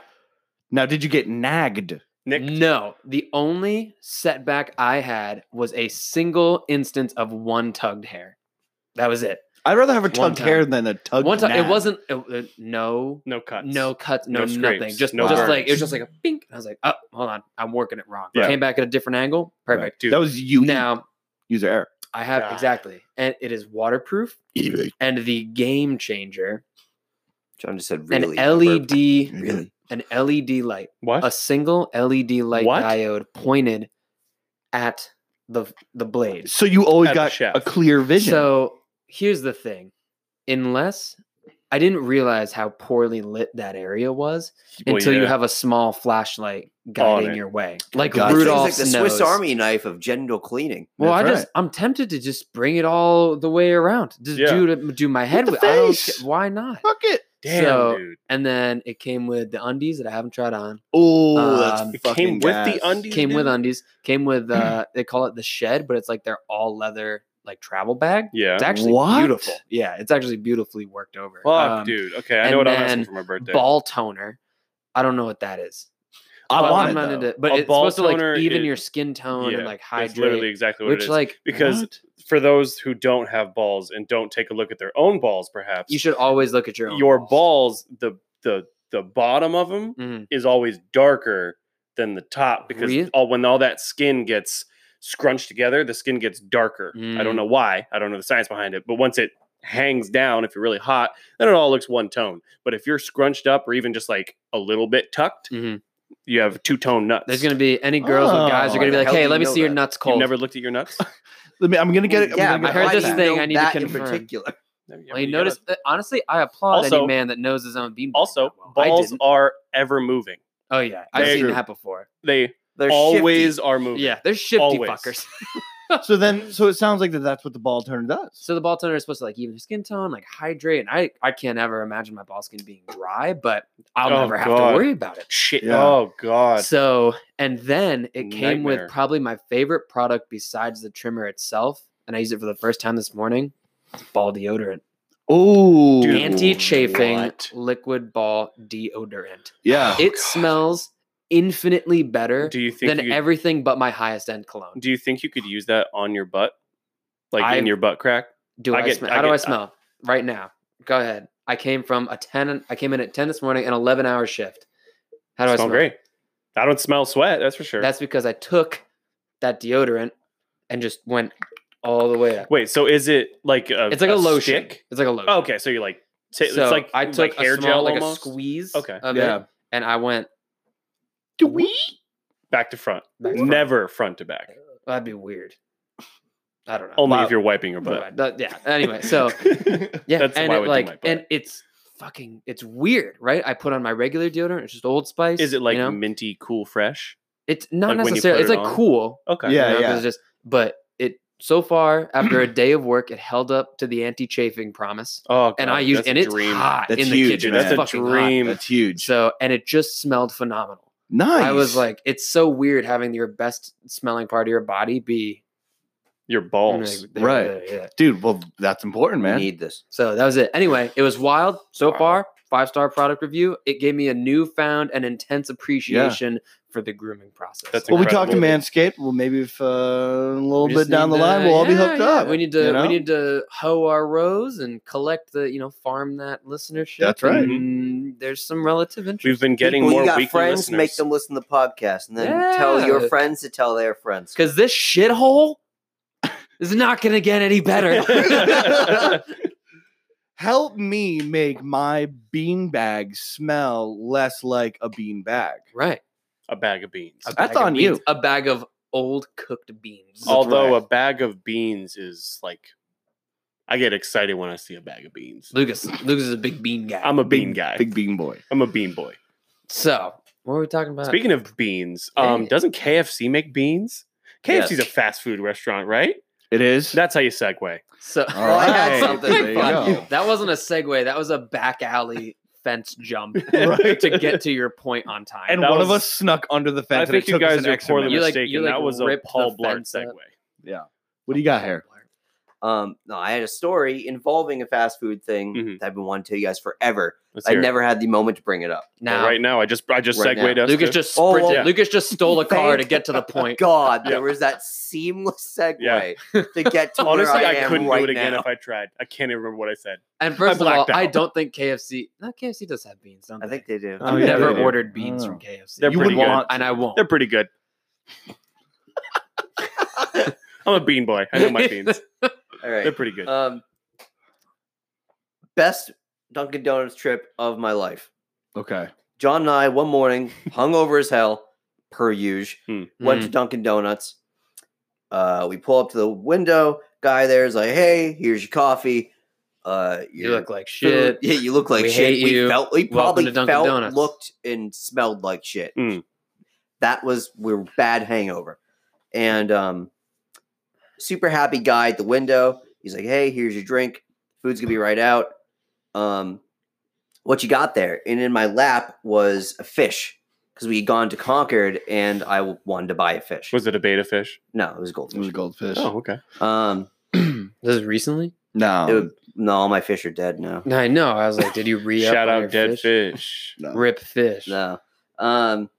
now, did you get nagged? Nick, No, the only setback I had was a single instance of one tugged hair. That was it. I'd rather have a One tugged hair time. than a tugged one time, it nag. wasn't it, uh, no no cuts. no cuts, no, No nothing. scrapes, Just no just burns. like it was just like a pink. I was like, oh, hold on, I'm working it wrong. Yeah. Came back at a different angle. Right. Perfect. Dude. That was you. Now user error. I have God. exactly, and it is waterproof and the game changer, John just said really. an E LED, Really? an LED light, What? a single LED light What? diode pointed at the the blade. So you always At the got chef. a clear vision. So here's the thing. Unless I didn't realize how poorly lit that area was Well, until you yeah. have a small flashlight guiding it. your way. Like God. It's Rudolph's like the nose. Swiss Army knife of genital cleaning. Well, That's I just right. I'm tempted to just bring it all the way around. Just Yeah. do to do my head the with. I don't face. ca- why not? Fuck it. Damn, so- dude. And then it came with the undies that I haven't tried on. Oh, Um, It came with the undies. Came with dude? undies. Came with uh they call it the shed, but it's like their all leather like travel bag. Yeah. It's actually What? beautiful. Yeah, it's actually beautifully worked over. Fuck, Um, dude. Okay, I and know what I'm asking then for my birthday. Ball toner. I don't know what that is. I But want I'm it, not though. into but A it's ball supposed to like toner even is- your skin tone and like That's hydrate. literally exactly what which it is. like because What? for those who don't have balls and don't take a look at their own balls, perhaps you should always look at your own your balls. balls, the the the bottom of them Mhm. is always darker than the top because Really? all when all that skin gets scrunched together, the skin gets darker. I Mm. don't know why. I don't know the science behind it, but once it hangs down, if you're really hot, then it all looks one tone. But if you're scrunched up or even just like a little bit tucked, Mhm. you have two tone nuts. There's gonna be any girls or guys are Oh, gonna be how like, do "Hey, you let me know see your that? nuts cold." You've never looked at your nuts. Let me, I'm gonna get it. I'm yeah, gonna I get heard it. this Why do you- thing I need to that confirm. in particular. Well, you notice that, honestly, I applaud any Also- man that knows his own beanbag. Also, that Oh, well. I balls didn't. are ever moving. Oh yeah, I've They- seen that before. They They're always shifty. are moving. Yeah, they're shifty Always. fuckers. So then, so it sounds like that. That's what the ball turner does. so the ball toner is supposed to like even skin tone, like hydrate, and I I can't ever imagine my ball skin being dry, but I'll Oh, never have God. to worry about it. Shit. Yeah. Oh god. So and then it came Nightmare. with probably my favorite product besides the trimmer itself, and I used it for the first time this morning. Ball deodorant. Oh, Dude, anti-chafing what? Oh, liquid ball deodorant. Yeah. it smells infinitely better Do you think than you, everything but my highest end cologne. Do you think you could use that on your butt, like in I've- your butt crack? Do I I, get- smell? I How do get- I smell right now? Go ahead. I came from a ten. I came in at ten this morning, an eleven hour shift. How do I smell? great. I don't smell sweat. That's for sure. That's because I took that deodorant and just went all the way up. Wait. So is it like a? it's like a, lotion. stick? It's like a lotion. Oh, okay. So you're like. T- So it's like I like took a hair small, gel like almost. a squeeze. Okay. Of Yeah. It, and I went. Do we? Back to front. Back to front. Uh, Never front to back. That'd be weird. I don't know. Only Wow. if you're wiping your butt. But, but yeah. Anyway, so Yeah, That's and why I it, would do like, my butt. and it's fucking, it's weird, right? I put on my regular deodorant. It's just Old Spice. is it like you know? minty, cool, fresh? It's not like when you necessarily. put It's it like on? cool. Okay. Yeah. you know, 'cause it's just, but it so far after a day of work, it held up to the anti-chafing promise, Oh, God, and I used that's a and it's dream. hot That's in the huge, kitchen. man. That's That's a fucking dream. dream. That's huge. So, and it just smelled phenomenal. nice. I was like, it's so weird having your best smelling part of your body be Your balls. Right. Yeah. dude. Well, that's important, We man. need this. So that was it. Anyway, it was wild so Wow. far. Five star product review. It gave me a newfound and intense appreciation for the grooming process. That's well, we incredible. talked to Manscaped. Well, maybe if uh, a little We bit just down the need line, to- we'll all be yeah, hooked yeah. up. We need to you know? we need to hoe our rows and collect the you know farm that listenership. That's right. and there's some relative interest. We've been getting People, more you got weekly friends, listeners. make them listen to the podcast, and then tell your Yeah. friends to tell their friends. Because this shithole is not going to get any better. help me make my beanbag smell less like a beanbag. right. a bag of beans. A That's bag of on beans. you. A bag of old cooked beans. Oh, Although right. a bag of beans is like I get excited when I see a bag of beans. Lucas, Lucas is a big bean guy. I'm a bean guy. Big bean boy. I'm a bean boy. so what were we talking Uh, about? Speaking of beans, um, yeah. doesn't KFC make beans? Yes. KFC's a fast food restaurant, right? It is. That's how you segue. so All Well, I had something. There you go. that wasn't a segue. That was a back alley fence jump Right. to get to your point on time. And That one of was- us snuck under the I fence. and it think you took us guys an are extra poorly minute. You, minute. like- mistaken. you, like, that was a ripped the Paul Blart fence up. segue. What do you got here? Um, no, I had a story involving a fast food thing Mhm. that I've been wanting to tell you guys forever. Let's I hear it. never had the moment to bring it up. But now, right now, I just I just Right segued us. Lucas to- just Oh, sprinted. yeah. Lucas just stole a car to get to the point. God, there Yeah. was that seamless segue Yeah. to get to honestly, where I, I, am couldn't right do it again now. if I tried. I can't even remember what I said. And first of all, blacked I out. don't think KFC. No, KFC does have beans. Don't I think they Uh, do. Oh, I've yeah, never they do. ordered beans Oh. from KFC. They're You pretty wouldn't good. want- and I won't. They're pretty good. I'm a bean boy. I know my beans. All right. They're pretty good. Um, best Dunkin' Donuts trip of my life. Okay. John and I one morning, hungover as hell, per usual, Hmm. went to Dunkin' Donuts. Uh, we pull up to the window. Guy there's like, "Hey, here's your coffee. Uh, you your look like food- shit. Yeah, you look like We shit. hate we you. felt we Welcome probably to Dunkin' felt, Donuts. looked, and smelled like shit. Mm. That was we are bad hangover, and um, super happy guy at the window. He's like, "Hey, here's your drink. Food's gonna be right out. Um, what you got there?" And in my lap was a fish because we had gone to Concord, and I w- wanted to buy a fish. Was it a beta fish? no, it was a It was goldfish. a goldfish. Oh, okay. Um, This is recently. No. it would- no, all my fish are dead now. No, I know. I was like, did you re Shout out dead fish. No. Rip fish. No. Um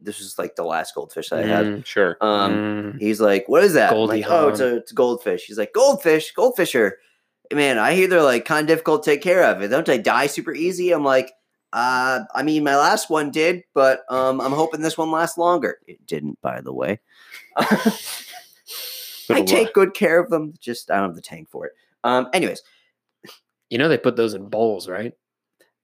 this was like the last goldfish I had. Mm, Sure. Um mm. he's like, What is that? I'm Goldie like, oh, it's Hawn. a it's a goldfish. He's like, Goldfish, goldfisher. Man, I hear they're like kinda difficult to take care of. Don't they die super easy? I'm like, uh, I mean my last one did, but um I'm hoping this one lasts longer. It didn't, by the way. I Little take good care of them, just I don't have the tank for it. Um anyways, You know they put those in bowls, right?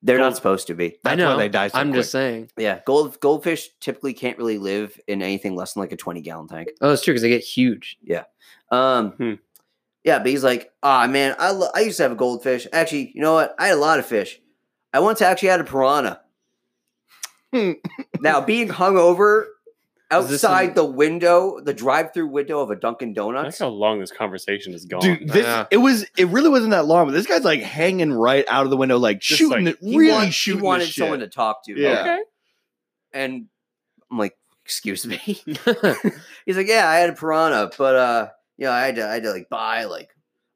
they're Gold- not supposed to be. I That's why know. they die so I'm just saying. Yeah, gold goldfish typically can't really live in anything less than like a 20 gallon tank. Oh, it's true because they get huge. Um, Hmm. yeah, but he's like, ah, man, I lo- I used to have a goldfish. Actually, you know what? I had a lot of fish. I once actually had a piranha. Hmm. now, being hungover Is this in- outside the window, the drive-through window of a Dunkin' I like Donuts. how long this conversation has gone. Dude, this Yeah. it was it really wasn't that long, but this guy's like hanging right out of the window, like Just shooting like- it, really wa- shooting. He wanted this someone shit. to talk to. Yeah. Okay. and I'm like, excuse me. He's like, yeah, I had a piranha, but uh, you know, I had to, I had to like buy like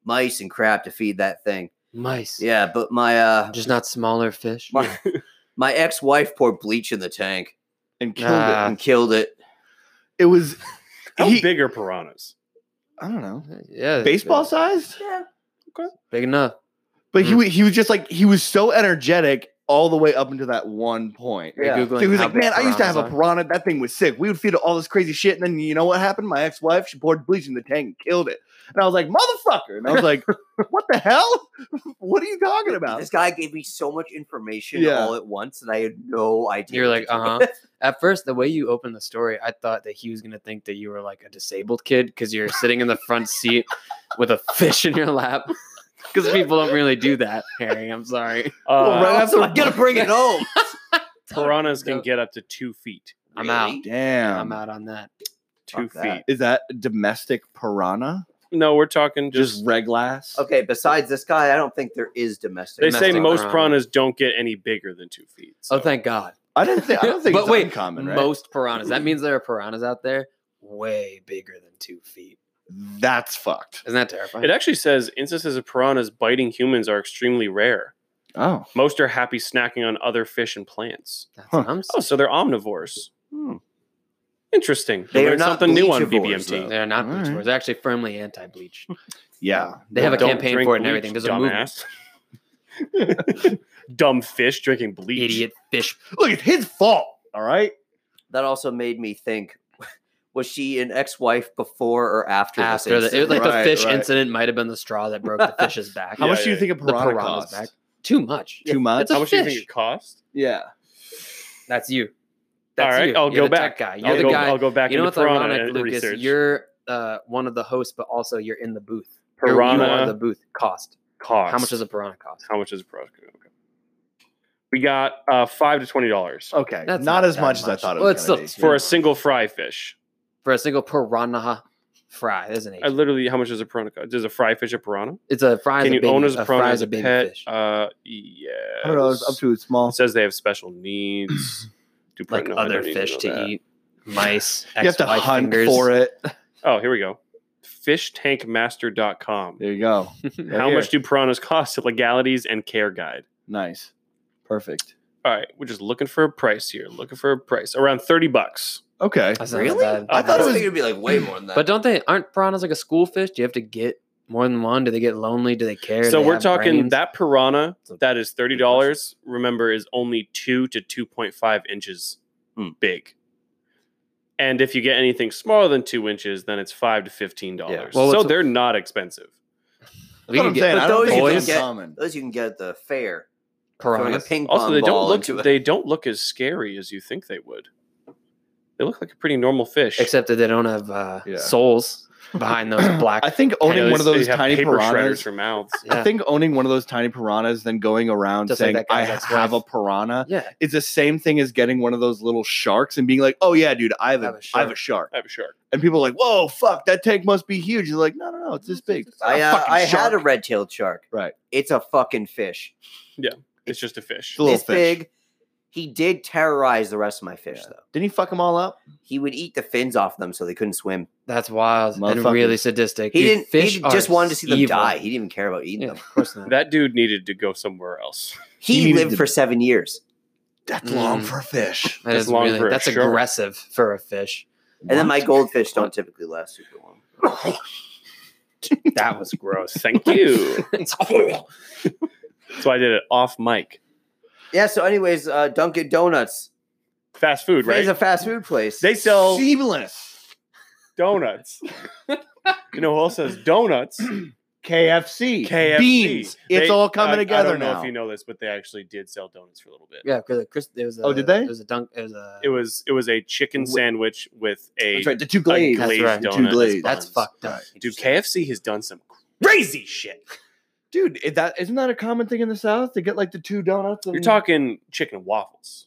mice and crap to feed that thing. Mice. Yeah, but my uh, Just not smaller fish. my, my ex-wife poured bleach in the tank and killed Nah. it. and killed it. It was How he- big are piranhas? I don't know Yeah. baseball big- sized, Yeah, Big enough. but Mm. he wa- he was just like he was so energetic all the way up until that one point. You're Yeah. Googling So he was how like, man, I used to have a piranhas are. piranha. That thing was sick. We would feed it all this crazy shit. And then you know what happened? My ex wife, she poured bleach in the tank and killed it. And I was like, motherfucker. And I was like, what the hell? What are you talking about? This guy gave me so much information Yeah. all at once, and I had no idea. You're what like, to do. uh huh. At first, the way you opened the story, I thought that he was gonna think that you were like a disabled kid because you're sitting in the front seat with a fish in your lap. Because people don't really do that, Harry. I'm sorry. Well, Uh, right after- I'm gonna bring it home. piranhas can get up to two feet. I'm out. Really? Damn. I'm out on that. Oh, Two Fuck that. feet. Is that domestic piranha? No, we're talking just. Just reglass? Okay. Besides this guy, I don't think there is domestic. they say domestic most piranha. piranhas don't get any bigger than two feet. Oh, so- thank God. I didn't think. I don't think But it's wait, uncommon, right? Most piranhas. That means there are piranhas out there way bigger than two feet. That's fucked. Isn't that terrifying? It actually says instances of piranhas biting humans are extremely rare. Oh, Most are happy snacking on other fish and plants. That's Huh. what I'm Oh, saying. so they're omnivores. Hmm. Interesting. You They are learned not something new on bleachivores, BBMT. though. They're not Oh, All bleach right. They're actually firmly anti-bleach. yeah. They have a Don't campaign drink for it and bleach, everything. There's a movement. dumbass. Dumb fish drinking bleach. Idiot fish. Look, it's his fault. All right. That also made me think: Was she an ex-wife before or after? this After the, it was incident? like Right, the fish right. incident might have been the straw that broke the fish's back. How Yeah, much do you yeah, think a The piranha piranha's costs? back. Too much. Too much. It's a How much do you think fish. it cost? yeah. That's you. All That's right, you. I'll You're go the back. tech guy. You're I'll the go, guy. I'll go back you know into what's piranha ironic, and Lucas? research. You're uh, one of the hosts, but also you're in the booth. Or you Piranha are the booth cost. cost. How much does a piranha cost? How much is pro? Okay. We got uh, five to twenty dollars Okay, That's not, not as that much, as I much. thought it Well, was it's gonna still- be. for a single fry fish. For a single piranha fry. There's an H. I literally, how much is a piranha? co- Does a fry fish a piranha? It's a fry. Can as a you baby, own as a a piranha fry as a baby pet? fish. Uh, yeah. I don't know. It's up to its small. It says they have special needs. Do pir- like no, I other don't need fish know to that. eat, mice. You have to XY hunt fingers. for it. Oh, here we go. Fishtankmaster.com. There you go. Right How here. much do piranhas cost? Legalities and care guide. Nice, perfect. All right, we're just looking for a price here. Looking for a price around thirty bucks. Okay, That's not Really? bad. I I thought thought it it was- it'd be like way more Uh-huh. than that. But don't they aren't piranhas like a school fish? Do you have to get more than one? Do they get lonely? Do they care? Do So they we're have talking brains? that piranha It's a that is thirty dollars. Remember, is only two to two point five inches Hmm. big. And if you get anything smaller than two inches, then it's five to fifteen dollars. Well, so it's a- they're not expensive. we That's what can I'm get saying. I don't those think you it's don't get- uncommon. those you can get at the fair. Throwing a piranhas. ping pong Also, they ball don't into look a- they don't look as scary as you think they would. They look like a pretty normal fish. Except that they don't have uh, Yeah. souls behind those black. I think You know, owning one they- of they those have tiny paper piranhas. shredders for mouths. Yeah. I think owning one of those tiny piranhas, then going around Just like saying that I guy's ex-wife. have a piranha, yeah, is the same thing as getting one of those little sharks and being like, "Oh yeah, dude, I have a, I have a, shark." I have a shark. And people are like, "Whoa, fuck, that tank must be huge." You're like, "No, no, no, it's this big." It's not I, a uh, fucking I had shark." a red tailed shark. Right. It's a fucking fish. It's just a fish. It's a little this fish. big. He did terrorize the rest of my fish, Yeah. though. Didn't he fuck them all up? He would eat the fins off them so they couldn't swim. that's wild and Motherfuckers. really sadistic. He Dude, didn't. Fish he are just wanted to see them evil. die. He didn't even care about eating Yeah, them. of course not. That dude needed to go somewhere else. He He, needed lived to- for seven years, That's long Mm. for a fish. That That's is long really, for a that's shark. aggressive for a fish. and then my goldfish don't typically last super long. That was gross. Thank you. it's horrible. So I did it off mic. Yeah. So, anyways, uh, Dunkin' Donuts. Fast food, right? It's a fast food place. They sell Seamless. donuts. you know who else says donuts? KFC. KFC. Beans. It's They- uh, all coming I- together I don't know now. if you know this, but they actually did sell donuts for a little bit. Yeah, because Chris, there was a, Oh, did they? It was a dunk. It was a. It was it was a chicken Wh- sandwich with a, That's right. The two a glazed. That's glazed right. donut. Two as glazed. that's buns. fucked up. Dude, KFC has done some crazy shit. Dude, is that isn't that a common thing in the South to get like the two donuts? You're and- talking chicken and waffles.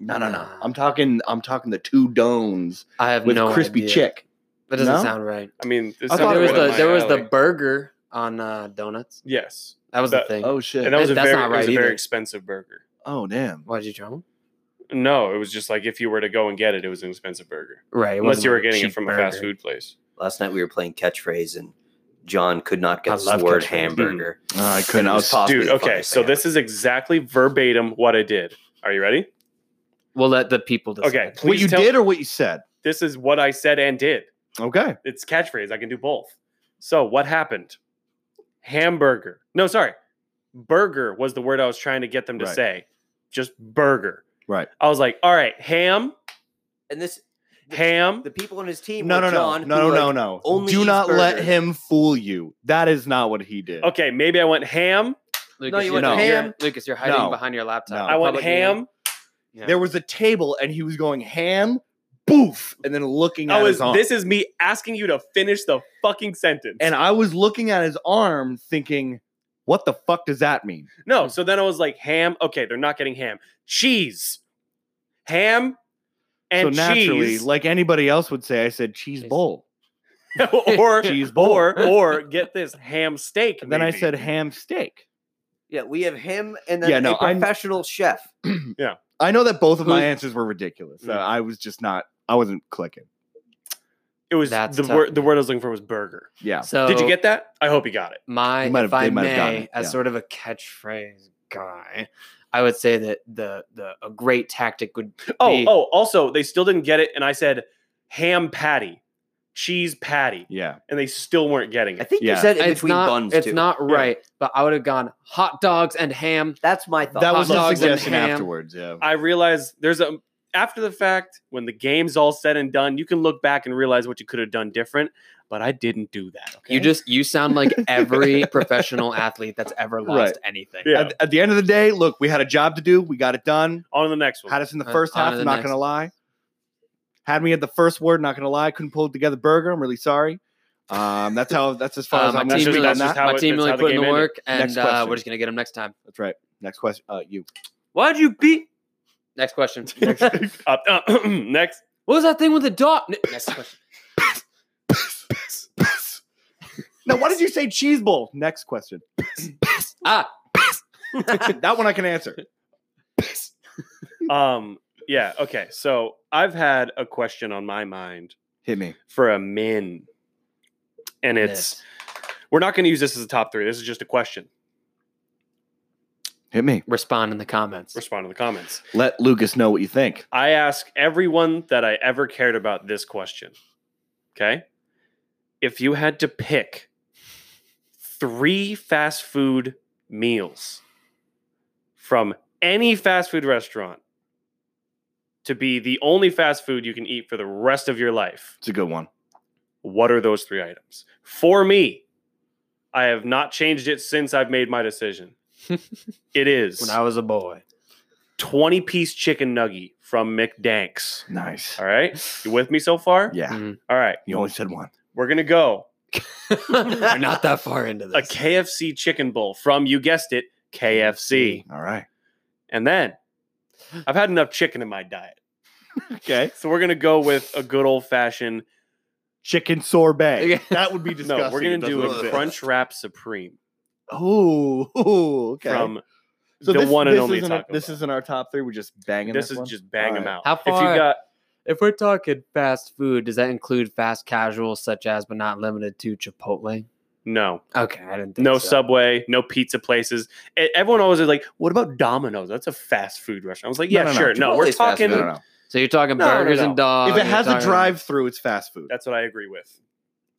No, no, no. I'm talking. I'm talking the two dones I have with no crispy idea. chick. That doesn't No? sound right. I mean, this I is thought there was right up the my there was the alley. burger on uh, donuts. yes, That was That- the thing. Oh shit. and that was a That's very not it was right a very either. expensive burger. oh damn. Why'd you try one? No, it was just like if you were to go and get it, it was an expensive burger. Right. it Unless wasn't you were a getting it cheap from a burger. fast food place. Last night we were playing catchphrase, and John could not I get the love word catchphrase. hamburger. Oh, I couldn't. It I was was possible. Possibly Dude, the okay, funniest so thing this is exactly verbatim what I did. Are you ready? We'll let the people decide. Okay, what please you tell- did or what you said. This is what I said and did. Okay. It's catchphrase. I can do both. So what happened? Hamburger. No, sorry. Burger was the word I was trying to get them to Right. say. Just burger. Right. I was like, all right, ham, And this, ham. the people on his team. No, were no, no, John, no, who, no, like, no, no. only Do eats not let burgers. him fool you. That is not what he did. Okay, maybe I went ham. Lucas, No, you you're, went No. you're- ham. Lucas, you're hiding No. behind your laptop. No. I went Public ham. viewing. Yeah. There was a table and he was going ham, boof, and then looking at I was. his arm. This Oh, is me asking you to finish the fucking sentence. and I was looking at his arm, thinking, "What the fuck does that mean?" no, so then I was like, ham. Okay, they're not getting ham. Cheese, ham, and so naturally, cheese, like anybody else would say, I said cheese Cheese. bowl. or Cheese bowl. or or get this ham steak. And then I maybe. said ham steak. Yeah, we have him and then Yeah, no, a I'm- professional chef. I know that both of my Who- answers were ridiculous. So Mm. I was just not. I wasn't clicking. it was That's the tough. word. The word I was looking for was burger. Yeah. So Did you get that? I hope you got it. my You might have- if I they might have gotten may, it, as yeah. sort of a catchphrase guy, I would say that the the a great tactic would Oh, be- oh. Also, they still didn't get it, and I said ham patty, cheese patty, Yeah. and they still weren't getting I it. think Yeah. you said in it's between not buns it's too. not Yeah. right, but I would have gone hot dogs and ham. That's my thought. That was hot the dogs and suggestion ham. afterwards. Yeah. I realized there's a after the fact when the game's all said and done, you can look back and realize what you could have done different. But I didn't do that. Okay? You just you sound like every professional athlete that's ever lost Right. anything. Yeah. At, at the end of the day, look, we had a job to do. We got it done. on to the next one. Had us in the Uh, first on to half. the not next gonna one. lie. Had me at the first word. Not gonna lie. Couldn't pull it together. Burger. I'm really sorry. Um, that's how. That's as far Uh, as my I'm that's interested team just- really, on that's that. just how my it- team that's really how the put in game the ended. work, Next and uh, question. we're just gonna get him next time. That's right. Next question. Uh, you. Why'd you beat? Next question. what Uh, next. was that thing with the dot? N- Next question. Now, why did you say cheese bowl? Next question. Ah, that one I can answer. Um, yeah. Okay. So I've had a question on my mind Hit me. for a min, and it's we're not going to use this as a top three. This is just a question. Hit me. respond in the comments. Respond to the comments. Let Lucas know what you think. I ask everyone that I ever cared about this question. Okay. If you had to pick three fast food meals from any fast food restaurant to be the only fast food you can eat for the rest of your life, It's a good one. what are those three items? For me, I have not changed it since I've made my decision. it is When I was a boy, 20 piece chicken nugget from McDanks. Nice. All right. You with me so far? Yeah. Mm. All right. You only said one. We're going to go we're not that far into a this. KFC chicken bowl from, you guessed it, KFC. All right. And then I've had enough chicken in my diet. Okay. So we're going to go with a good old fashioned. Chicken sorbet. Okay. that would be disgusting. No, we're It going to doesn't do a exist. Crunch Wrap Supreme Oh, oh, okay. from so the this, one and this only isn't our- Taco This Bell. isn't our top three. We're just banging. this This, is one? just bang All them right. out. How If you far- got if we're talking fast food, does that include fast casual, such as but not limited to Chipotle? no, Okay, I didn't think no so. Subway, no pizza places. E- Everyone always is like, "What about Domino's? That's a fast food restaurant." I was like, No, "Yeah, no, no. sure." No, we're Chipotle's fast food. talking. No, no, no. So you're talking No, no, burgers no. and Uh, dogs. if it has you're a talking- drive-through, it's fast food. That's what I agree with.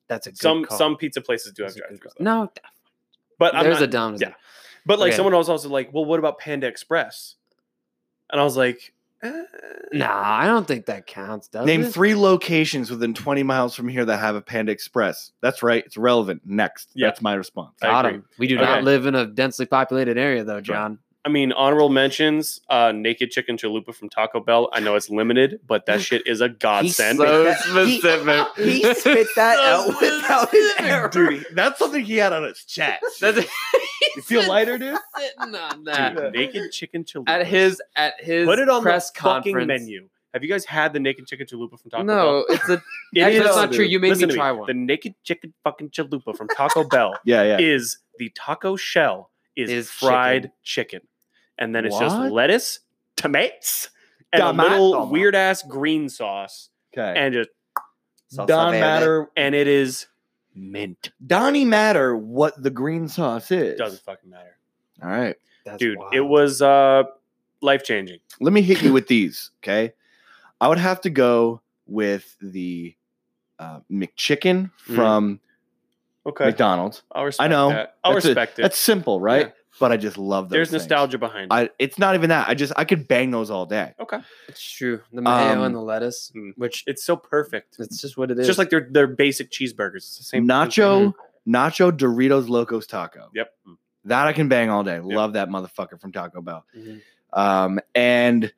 that's a good Some call. some pizza places do have That's a good drive-throughs. call. though. No, But I'm there's not, a Domino's. yeah. But like Okay. someone was also like, "Well, what about Panda Express?" And I was like, eh, Nah, I don't think that counts. Does Name it? three locations within 20 miles from here that have a Panda Express. That's right. It's relevant. Next. Yeah. That's my response. I Got agree. 'em. We do Okay. not live in a densely populated area, though, right. John. "I mean, honorable mentions: uh, Naked Chicken Chalupa from Taco Bell. I know it's limited, but that shit is a godsend." so- So That- he- specific. He spit that out without his error. Dude, that's something he had on his chat. That's- you feel lighter, dude? sitting on Dude, that naked Chicken Chalupa at his at his put it on press the fucking conference. menu. Have you guys had the Naked Chicken Chalupa from Taco Bell? No, it's a It Actually, that's is- not true. You made me Listen to try one. The Naked Chicken fucking Chalupa from Taco Bell Yeah, yeah. is the taco shell is, Is fried chicken. and then it's What? just lettuce, tomatoes, and Tomato. a little weird ass green sauce, okay. and just Salsa Don verde. matter. and it is mint. Donnie matter what the green sauce is. Doesn't fucking matter, All right. That's dude. wild. It was uh life changing. Let me hit you with these. Okay. I would have to go with the uh, McChicken Mm. from Okay, McDonald's. I'll respect know. That. I'll That's respect it. That's simple, right? Yeah. But I just love those. There's things. nostalgia behind it. I, it's not even that. I just I could bang those all day. okay, It's true. The mayo Um, and the lettuce, Mm. which it's so perfect. it's just what it It's is. just like their their basic cheeseburgers. It's the same Mm-hmm. nacho, nacho Doritos Locos Taco. Yep. That I can bang all day. Love that motherfucker from Taco Bell. Mm-hmm. Mhm. Um, and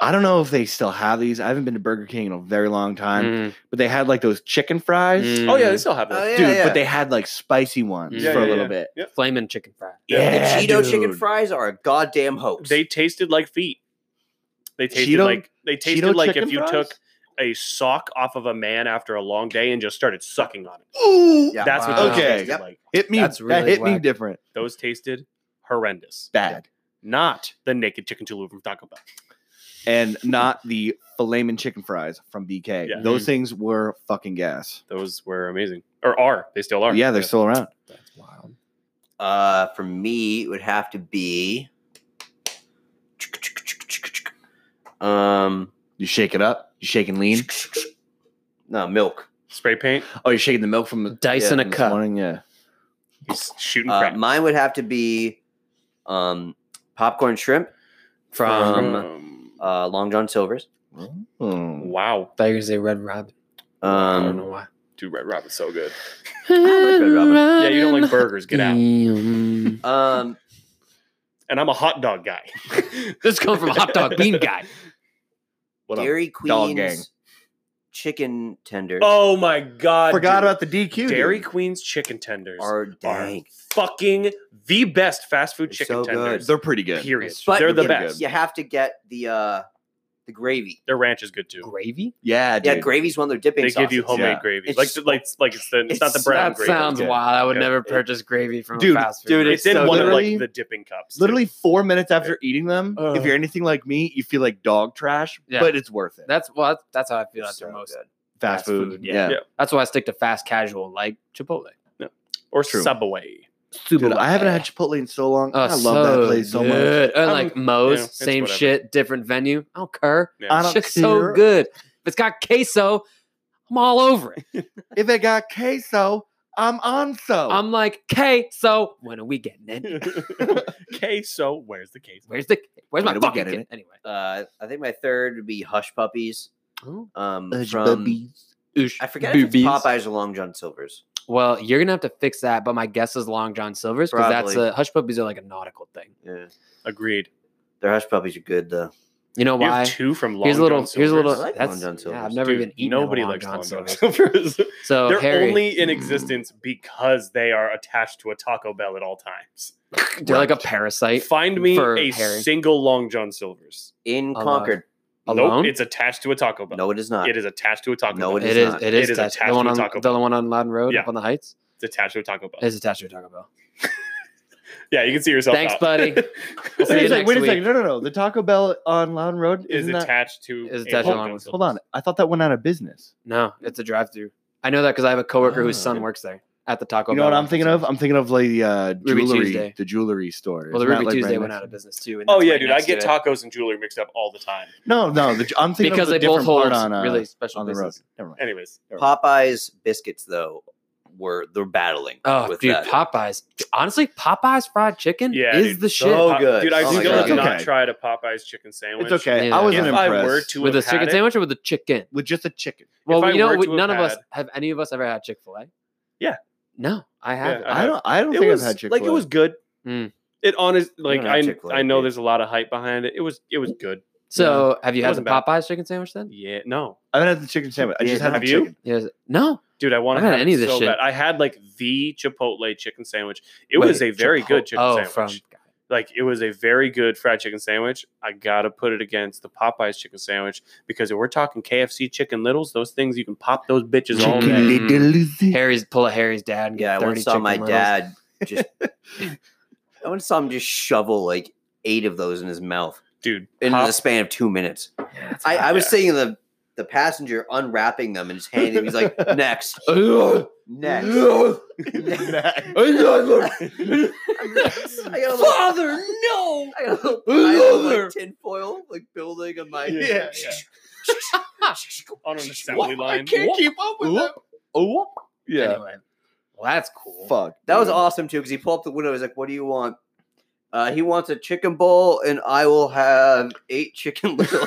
I don't know if they still have these. I haven't been to Burger King in a very long time, Mm. but they had like those chicken fries. Mm. Oh yeah, they still have Oh, those. yeah, Dude, yeah. but they had like spicy ones Yeah, for a yeah, little yeah. bit. flaming chicken fry. Yeah. The Yeah, Cheeto chicken dude. fries are a goddamn hoax. They tasted like feet. They tasted Cheeto- like they tasted Cheeto like if chicken you fries? took a sock off of a man after a long day and just started sucking on it. Ooh, Yeah. That's what Wow. those Okay. tasted Yep. like. hit me. That's that really hit me whack. different. Those tasted horrendous. Bad. Not the naked chicken chalupa from Taco Bell. And not the filet mignon chicken fries from BK. Yeah. Those things were fucking gas. Those were amazing, or are they still are? Yeah, they're still around. That's wild. Uh, for me, it would have to be. Um, You shake it up. You shake and lean. no milk. spray paint. Oh, you're shaking the milk from the Dice Yeah, in a from this cup. morning? Yeah. He's shooting Uh, crap mine would have to be, um, popcorn shrimp, From um, uh, Long John Silver's. Mm. wow, I thought you were gonna say Red Robin. I don't know Um, why. dude, Red Robin's so good. like Red Robin. Yeah, you Um, don't like burgers, get mm. out. Damn. um, And I'm a hot dog guy. This comes from Hot Dog Bean Guy. What up? Dairy Dog gang. Queen's chicken tenders Oh my god! Forgot dude. about the DQ. Dairy dude. Queen's chicken tenders are, are dank. fucking the best fast food They're chicken so good. tenders. They're pretty good. Period. But They're the you- best. You have to get the uh the gravy. Their ranch is good too. Gravy? Yeah, dude. Yeah, gravy's one of their dipping They give you sauces. homemade Yeah. gravy, It's like so- like like it's the it's, not the it's- brown that gravy. sounds Yeah. wild. I would Yeah. never purchase gravy from Dude, a fast food. dude, it's, place. in so one of literally- like the dipping cups. too. Literally four minutes after eating them, Ugh. if you're anything like me, you feel like dog trash, Uh. Yeah. but it's worth it. that's well, that's- that's how I feel It's after so most. good. fast fast food. food, Yeah. yeah. That's why I stick to fast casual like Chipotle. or True. Subway. Dude, I haven't had Chipotle in so long. Oh, I love that place so much. good. And I'm- like Moe's, yeah, it's same whatever. shit, different venue. I don't care. Yeah. I It's don't just so care. good. If it's got queso, I'm all over it. If it got queso, I'm on so. I'm like, queso, when are we getting it? queso. Where's the queso? Where's the When where's my are we fucking getting kid? Anyway. Uh, I think my third would be Hush Puppies. Oh. Um, Hush from Oosh, I forget if boobies. it's Popeyes or Long John Silver's. Well, you're gonna have to fix that, but my guess is Long John Silver's because that's Probably. a hush puppies are like a nautical thing. Yeah, Agreed. their Hush Puppies are good though. You know You why? have two from Long here's a little. John Here's a little. Silver's. I like that's, Long John yeah, I've Silver's. never Dude, even eaten. at a Nobody Long likes John Long John Silver's. Silver's. So They're Harry, Mm. Hmm. only in existence because they are attached to a Taco Bell at all times. they're like a parasite. Find me for a Harry. single Long John Silver's. In Alive. Concord, Alone? Nope, it's attached to a Taco Bell. no, it is not. It is attached to a Taco No, Bell. it It is is. not. It It is is attached. attached The one to on Taco the one on Loudon Road Yeah. up on the heights It's attached to a Taco Bell. is attached to a Taco Bell. Yeah, you can see yourself. Thanks, out. buddy. We'll see wait you a second. next Wait a week. second. No, no, no. The Taco Bell on Loudon Road is isn't that- attached to Is a attached Long to John Long John Silver's. Hold on. I thought that went out of business. No, it's a drive-through. I know that because I have a coworker whose Ah. son works there at the Taco. you know Bell what I'm Long John thinking of? Silver's. I'm thinking of like the uh, Ruby jewelry, Tuesday. the jewelry store. Well, the Isn't that, Ruby like, right Tuesday went next out to- of business too. and Oh that's yeah, right dude, I next to get it. tacos and jewelry mixed up all the time. No, no. The, I'm thinking because of the they both different hold part on uh, really special on the road. places. Never mind. Anyways, Popeyes biscuits though were they're battling. Oh, with dude, that. Popeyes. Honestly, Popeyes fried chicken Yeah, is dude, the shit. so Pop- good. dude. I Oh my still God. have not Okay. tried a Popeyes chicken sandwich. It's okay. Yeah. I If wasn't If I impressed were to with a have had chicken it- sandwich or with a chicken? with just a chicken. Well, I you know, were we- to have none of us had- have any of us ever had Chick Fil A. Yeah. No, I haven't. Yeah, I I had- don't. I don't it think was I've had chicken. like it was good. Mm. It honest like don't have I Chick-fil-A, I know dude. there's a lot of hype behind it. It was it was good. so, have you It had the wasn't bad. Popeyes chicken sandwich then? Yeah, no, I haven't had the chicken sandwich. I Yeah, just had have the you? chicken. Yes. No. dude, I want I've to had have any it of this so shit. bad. I had like the Chipotle chicken sandwich. It Wait, was a very good Chipotle- chicken oh, sandwich. From, like it was a very good fried chicken sandwich. I gotta put it against the Popeyes chicken sandwich because if we're talking KFC chicken littles, those things you can pop those bitches all Chicken day. Little. Little. Harry's pull a Harry's dad. And get Yeah, I 30 once saw chicken my littles. dad just. I once saw him just shovel like eight of those in his mouth Dude, in pop- the span of two minutes. Yeah, that's I, hot. I was Yeah. sitting in the the passenger unwrapping them and just handing them. He's like, next, Ugh. next. I got a little, Father, no. I got a little pile of like tinfoil like building on my. Yeah, on an assembly line. Whoop. keep up with that. Oh, yeah. Anyway, well, that's cool. Fuck. That was dude. awesome too because he pulled up the window. He's like, "What do you want?" Uh, he wants a chicken bowl, and I will have eight chicken littles.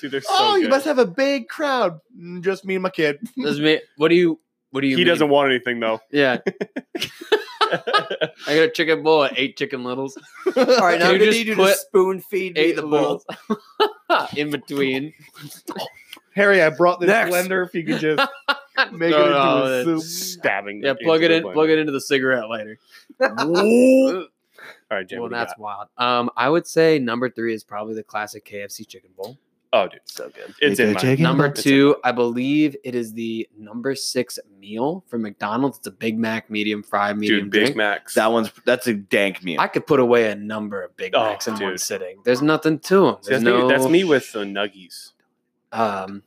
Dude, they're so oh, you good. must have a big crowd. Mm, Just me and my kid. Does me, what do you? What do you? He mean? doesn't want anything though. Yeah. I got a chicken bowl and eight chicken littles. All right, now You I'm gonna just need you to put spoon feed me Eight the bowl. littles in between. Harry, I brought this Next. blender. If you could just make Throw it all into a in. soup. Stabbing. Yeah, plug it in. Plug it into the cigarette later. All right, Jim. well, that's wild. Um, I would say number three is probably the classic KFC chicken bowl. Oh, dude, so good. it's in Take a my chicken Number bowl. two, I believe it is the number six meal from McDonald's. It's a Big Mac, medium fry, medium dude. drink. Big Macs. That one's that's a dank meal. I could put away a number of Big Oh, Macs in one dude. sitting. There's nothing to them. See, that's, me, that's me with the nuggies. um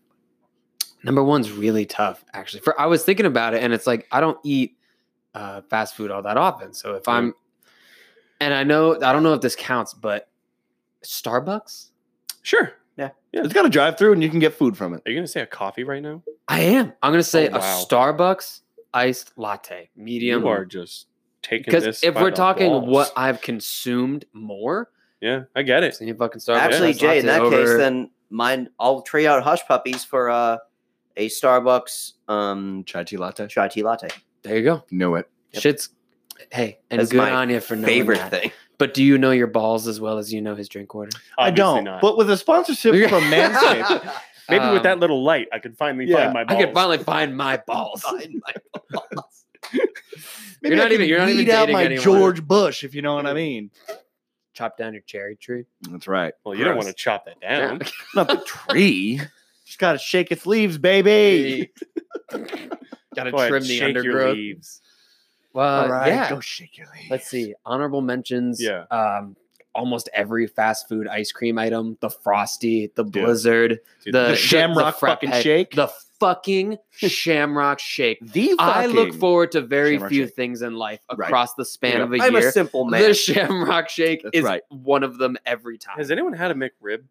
number one's really tough actually for i was thinking about it and it's like i don't eat uh fast food all that often so if Mm. i'm and i know i don't know if this counts but starbucks Sure. it's got a drive-through and you can get food from it. Are you gonna say a coffee right now? i am i'm gonna say Oh, wow. a starbucks iced latte medium You are just taking this. because if by we're the talking balls. what i've consumed more yeah, I get it. so you fucking Oh, starbucks Actually, iced Jay, in latte that case, over- then mine. I'll trade out hush puppies for uh, a Starbucks um, Chai tea latte. chai tea latte. there you go Knew it. Yep. shit's hey and That's good my on you for knowing Favorite that. thing. but do you know your balls as well as you know his drink order I Obviously don't. Not. But with a sponsorship from Manscaped, Maybe with that Um, little light, I could finally Yeah. find my I balls. could finally find my balls. Find my balls. Maybe I not can even- you're not even weed out dating my anyone. Hmm. George Bush, if you know what I mean. Chop down your cherry tree. That's right. well, you don't Gross. want to chop that down. Not the tree. Just gotta shake its leaves, baby. Gotta Go ahead, trim the shake your undergrowth. leaves. Well, uh, yeah. go shake your leaves. Let's see. Honorable mentions. Yeah. Um, almost every fast food ice cream item: the frosty, the Yeah. blizzard, Dude, uh, the, The Shamrock frappe, fucking shake. the fucking shamrock shake. The I look fucking- forward to very Shamrock few Shake. things in life Right. across the span Yeah. of a I'm year. a simple man. the shamrock shake That's is right. one of them every time. Has anyone had a McRib?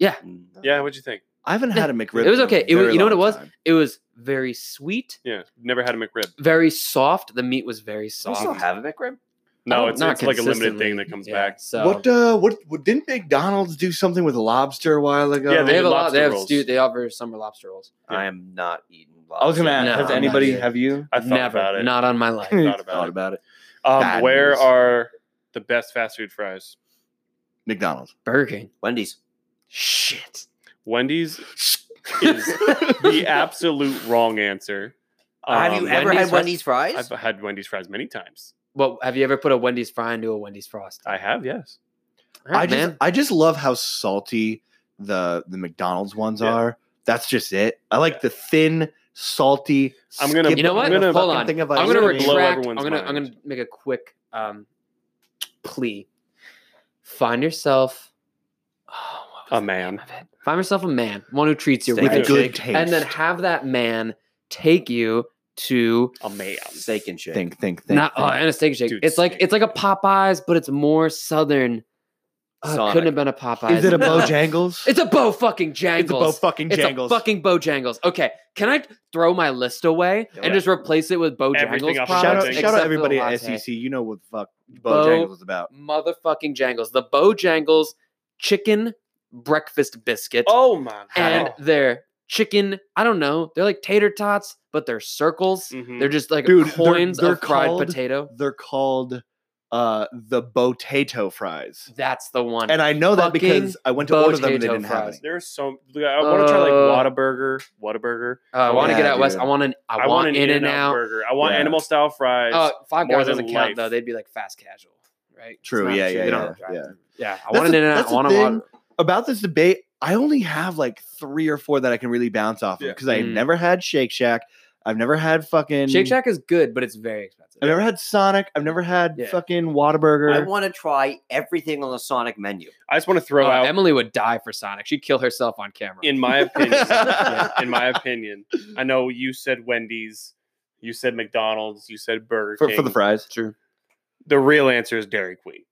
Mm. Yeah, what'd you think? I haven't had a McRib. It was in a okay. It was- very you know what it long was? time. It was very sweet, Yeah, never had a McRib. very soft. The meat was very I soft. still have a McRib. No, Oh, it's, not it's like a limited consistently. thing that comes Yeah, back. So What, uh, what? What? Didn't McDonald's do something with lobster a while ago? Yeah, they have a lot. lobster They have rolls. stew. They offer summer lobster rolls. Yeah. I am not eating. I was gonna ask. No, has I'm anybody? not Have you I thought Never. about it. Not on my life. thought about thought it. about it? Um, Bad where news. are the best fast food fries? McDonald's. Burger King. Wendy's. Shit. Wendy's is the absolute wrong answer. Have Um, you ever had fries- Wendy's fries? I've had Wendy's fries many times. Well, have you ever put a Wendy's fry into a Wendy's frost? I have, yes. All right, I just, man. I just love how salty the the McDonald's ones Yeah. are. That's just it. I like Yeah. the thin, salty. I'm gonna- skip You know what? the Hold fucking on. thing of I'm ice gonna Blow cream. retract. everyone's I'm gonna I'm mind. gonna make a quick um plea. Find yourself oh, what was A the man. name of it? Find yourself a man, one who treats you Steak with right, a Right. good taste. and then have that man take you to A man. Steak and shake. think, think, think. not oh, think. and a steak and shake. Dude, it's like steak. it's like a Popeyes, but it's more southern. Uh, it Sonic. couldn't have been a Popeyes. Is it a No. Bojangles? It's a Bo fucking Jangles. It's a Bo fucking It's Jangles. a fucking Bojangles. Okay, can I throw my list away Yeah. and just replace it with Everything Bojangles else is products? shout Bojangles. out, shout except for out the everybody at E latte? SEC. You know what the fuck Bo- Bojangles is about. Motherfucking Jangles. The Bojangles chicken breakfast biscuit Oh my and god. their chicken. I don't know. They're like tater tots, but they're circles. Mhm. They're just like Dude, they're- coins they're of fried called- potato. They're called uh, the potato fries, That's the one. and I know that because Fucking I went to order them and they Bo-tato didn't have fries. any. There's so I want to try like Uh, Whataburger, Whataburger. Uh, I want to Yeah, get out west. dude. I want an. I, want, an in and In-N-Out out. burger. I want Yeah. animal style fries. Uh, Five more Guys than doesn't count life. though. They'd be like fast casual, right? It's True, not yeah, true. yeah, They don't yeah, have drive-thru. yeah. yeah. I That's want an the- in and out. that's I the want a thing. water. about this debate, I only have like three or four that I can really bounce off of Yeah. because I've Mm. never had Shake Shack. I've never had fucking Shake Shack is good, but it's very expensive. I've never had Sonic. I've never had Yeah. fucking I Whataburger. want to try everything on the Sonic menu. I just want to throw Uh, out Emily would die for Sonic. She'd kill herself on camera. in my opinion. in my opinion, I know you said Wendy's, you said McDonald's, you said Burger for, King. for the fries. True. The real answer is Dairy Queen.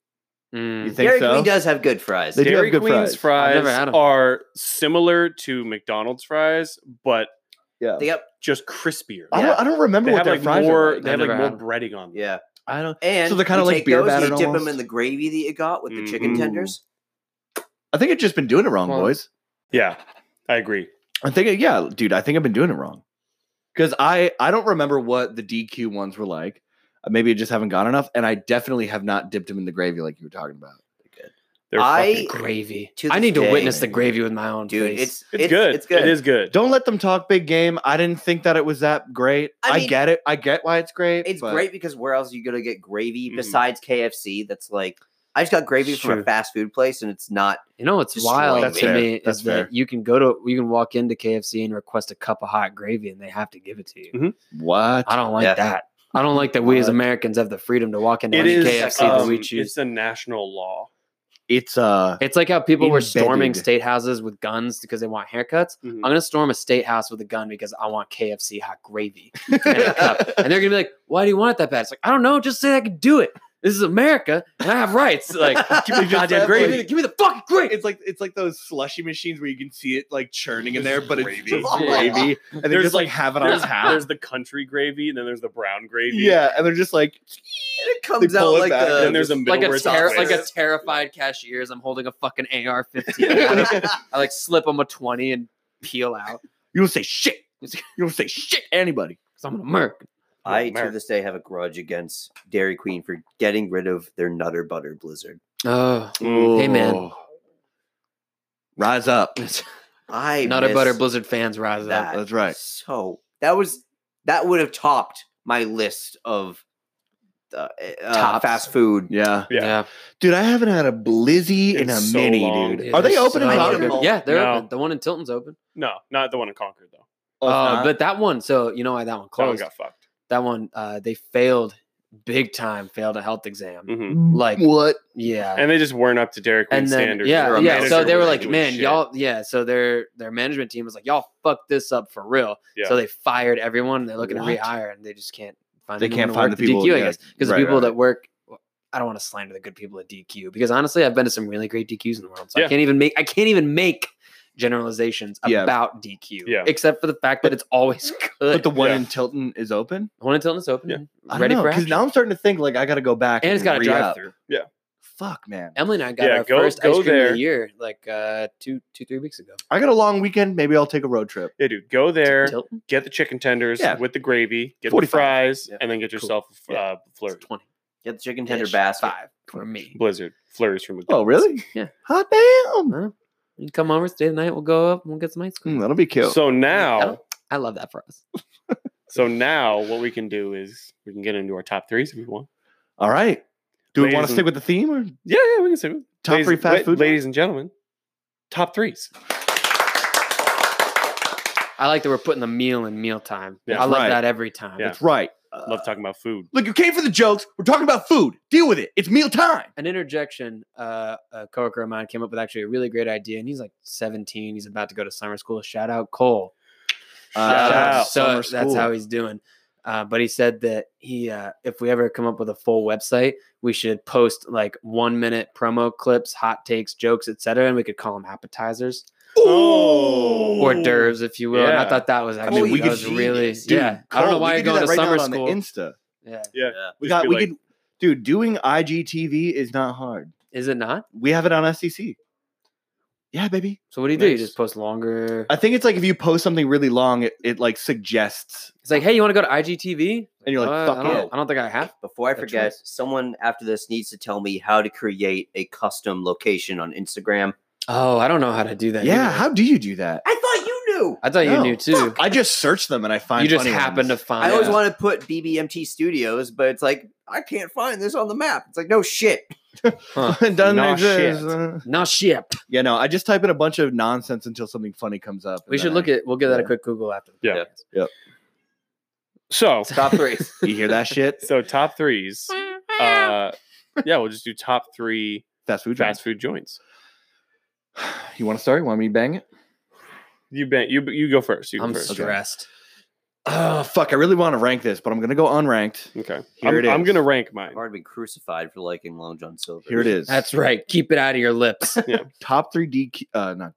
You Mm. think Dairy so? Queen does have good fries. They do Dairy have good Queen's I've fries, never had 'em. are similar to McDonald's fries, but Yeah. They got just crispier. I, Yeah. don't, I don't remember They what have their like fries more. are. Like. They have like I've more never had 'em. breading on. them. yeah, I don't. and So they're kinda you like take beer those, battered You dip almost? them in the gravy that you got with the chicken Mhm. tenders. I think I've just been doing it wrong, Well- boys. Yeah, I agree. I think uh, yeah, dude. I think I've been doing it wrong because I I don't remember what the DQ ones were like. Uh, Maybe I just haven't got enough, and I definitely have not dipped them in the gravy like you were talking about. They're I- fucking- Gravy. To I this need to day, witness the gravy with my own Dude, face. it's, it's, good. It's good. It is good. Don't let them talk big game. I didn't think that it was that great. I I, mean, get it. I get why it's great. It's but- great because where else are you gonna get gravy Mhm. besides KFC? That's like I just got gravy It's from true. a fast food place, and it's not. you know what's destroying wild That's to fair. me That's is fair. that you can go to you can walk into KFC and request a cup of hot gravy and they have to give it to you. Mhm. What? I don't like Yeah. that. I don't like that we as What? Americans have the freedom to walk into Uh, It any is. KFC that um, we choose. It's a national law. It's uh It's like how people were storming Embedded. state houses with guns because they want haircuts. Mhm. Mm-hmm. I'm gonna storm a state house with a gun because I want KFC hot gravy and a cup. And they're gonna be like, "Why do you want it that bad?" It's like I don't know. Just say I can do it. This is America, and I have rights. Like, give me the goddamn Exactly. gravy. Give me the fucking gravy. it's like it's like those slushy machines where you can see it like churning in there, but it's Gravy. just gravy. And they There's just like, like- have it on There's, tap. there's the country gravy, and then there's the brown gravy. Yeah, and they're just like It comes out pull it like back, the. and then there's a middle Like a, where it's ter- halfway. like a terrified cashier as I'm holding a fucking AR-15. I like slip them a twenty and peel out you don't say shit. You don't say shit to anybody. because I'm an American. I to America. this day have a grudge against Dairy Queen for getting rid of their Nutter Butter Blizzard. Oh, Mm. Hey, man. Ooh. Rise up. I Nutter miss Butter Blizzard fans rise up. that. That's right. So that was that would have topped my list of uh, uh, Tops. fast food. Yeah. Yeah. Dude, I haven't had a blizzy in, It's a so mini, long. dude. Yeah, Are they they're open in so Concord? long. Yeah, they're No. open. The one in Tilton's open. No, not the one in Concord though. Oh, it's uh, not? but that one, so you know why that one That one closed. got fucked. That one, uh, they failed big time, failed a health exam. Mm-hmm. hmm like- what? Yeah. And they just weren't up to Derek and Queen's then standards. yeah, Their yeah. manager So they were wasn't like, doing man, shit. y'all, yeah. So their their management team was like, y'all fucked this up for real. Yeah. So they fired everyone. They're looking What? to rehire, and they just can't find. They anyone can't to find work the at people, DQ, I yeah. guess, because Right, the people right, that work. I don't want to slander the good people at DQ because honestly, I've been to some really great DQs in the world, so Yeah. I can't even make I can't even make generalizations Yeah. about DQ, Yeah. except for the fact that it's always good. But the one Yeah. in Tilton is open? I want to tell this open, Yeah. I ready for Because action. now I'm starting to think, like, I got to go back. and it's got a re-up. drive through. Yeah. Fuck, man. Emily and I got Yeah, our go- first go ice cream there. of the year like uh, two two three weeks ago. I got a long weekend. Maybe I'll take a road trip. Yeah, dude, go there, Tilton? get the chicken tenders Yeah. with the gravy, get the 45. fries, Yeah. and then get Cool. yourself a uh, flurry. It's 20. Get the chicken tender Ish. basket. Five for me. Blizzard flurries from Oh, McDonald's. really? Yeah. Hot damn. You can come over, stay the night. We'll go up and we'll get some ice cream. Mm, that'll be cute. So now, Oh, I love that for us. so now, what we can do is we can get into our top threes if we want. All right. Do we Ladies want and- to stick with the theme or Yeah, yeah, we can say it. top ladies, three fast la- food? ladies and gentlemen. Top threes. I like that we're putting the meal in mealtime. Yeah. I love Right. that every time. Yeah. That's right. Love talking about food. Look, you came for the jokes. We're talking about food. Deal with it. It's meal time. An interjection. Uh, a coworker of mine came up with actually a really great idea, and he's like 17. He's about to go to summer school. Shout out Cole. Shout Uh, out. So that's how he's doing. Uh, but he said that he, uh, if we ever come up with a full website, we should post like one minute promo clips, hot takes, jokes, etc., and we could call them appetizers. Oh. hors d'oeuvres, if you will. And Yeah. I thought that was I actually mean, we that could was see really this, Dude, yeah. I don't know Cole, we why you're could do going to that right now summer on the school. Insta. yeah. Yeah. We Just got. be We like- could. Dude, doing IGTV is not hard. Is it not? We have it on SCC. Yeah, baby. So what do you do? You Nice. just post longer. I think it's like if you post something really long, it, it like suggests, It's like, hey, you want to go to IGTV? and you're like, Uh, I "Fuck don't, it." I don't think I have. Before I That's forget, someone after this needs to tell me how to create a custom location on Instagram. Oh, I don't know how to do that. Yeah, either. how do you do that? I thought you knew. I thought No. you knew too. I just search them and I find You just funny happened to ones. find. I always out. want to put BBMT Studios, but it's like I can't find this on the map. It's like no shit. it doesn't Nah, exist. shit. Uh, no shit. Yeah, no, I just type in a bunch of nonsense until something funny comes up. We and should then look I- at. We'll give that a Yeah. quick Google after. the Yeah. podcast. So, Top threes. You hear that shit? so top threes. Uh, yeah, we'll just do top three Fast food. fast food joints. joint. You want to start? You want me to bang it? You ben, you you go first. You go I'm first. Okay. stressed. Oh fuck! I really want to rank this, but I'm gonna go unranked. Okay. Here I'm, it I'm is. gonna rank mine. I've already been crucified for liking Long John Silver. Here it is. That's right. Keep it out of your lips. top three DQ. Uh, not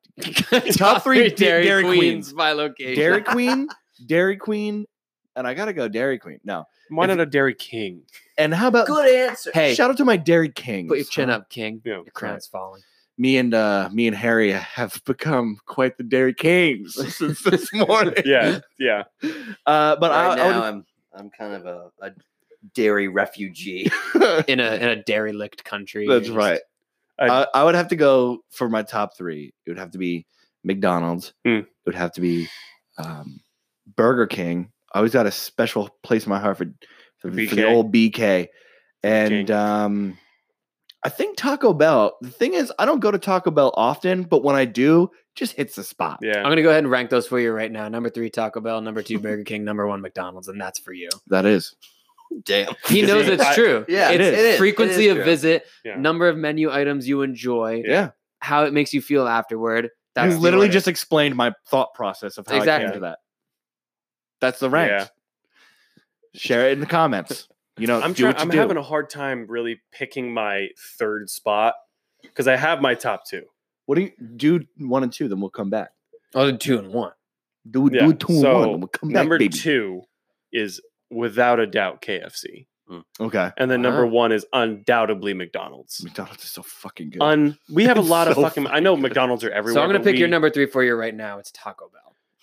Top three D- Dairy, Dairy Queens, Queens. by location. Dairy Queen, Dairy Queen, and I gotta go Dairy Queen. No, Why If- not a Dairy King? and how about Good answer. Hey, shout out to my Dairy King? put your chin up, King. Yeah, Your crown's falling. Me and uh, me and Harry have become quite the Dairy Kings since this morning. Yeah, yeah. uh, but right I, now I would, I'm I'm kind of a, a dairy refugee. in a in a dairy licked country. That's you're right. just- I, I would have to go for my top three. It would have to be McDonald's. Mm. It would have to be um, Burger King. I always got a special place in my heart for, for, the- for the BK. old BK. And King. um, I think Taco Bell. The thing is, I don't go to Taco Bell often, but when I do, it just hits the spot. Yeah. I'm gonna go ahead and rank those for you right now. Number three, Taco Bell. Number two, Burger King. Number one, McDonald's, and that's for you. That is. Damn. He knows it's I- true. yeah, it's it is. It is frequency of true. visit, Yeah. number of menu items you enjoy, Yeah. how it makes you feel afterward. That's You the literally order. just explained my thought process of how I Exactly. came to that. That's the rank. Yeah. Share it in the comments. You know, I'm do trying. what you I'm do. having a hard time really picking my third spot because I have my top two. What do you do one and two? Then we'll come back. I'll do two and one. Do Yeah, do two and one. so Then we'll come back. Number baby. two is without a doubt KFC, Okay. and then number Wow. one is undoubtedly McDonald's. McDonald's is so fucking good. Un. We have a It's lot of so fucking. I know fucking good. McDonald's are everywhere. so I'm gonna but pick your we- number three for you right now. It's Taco Bell.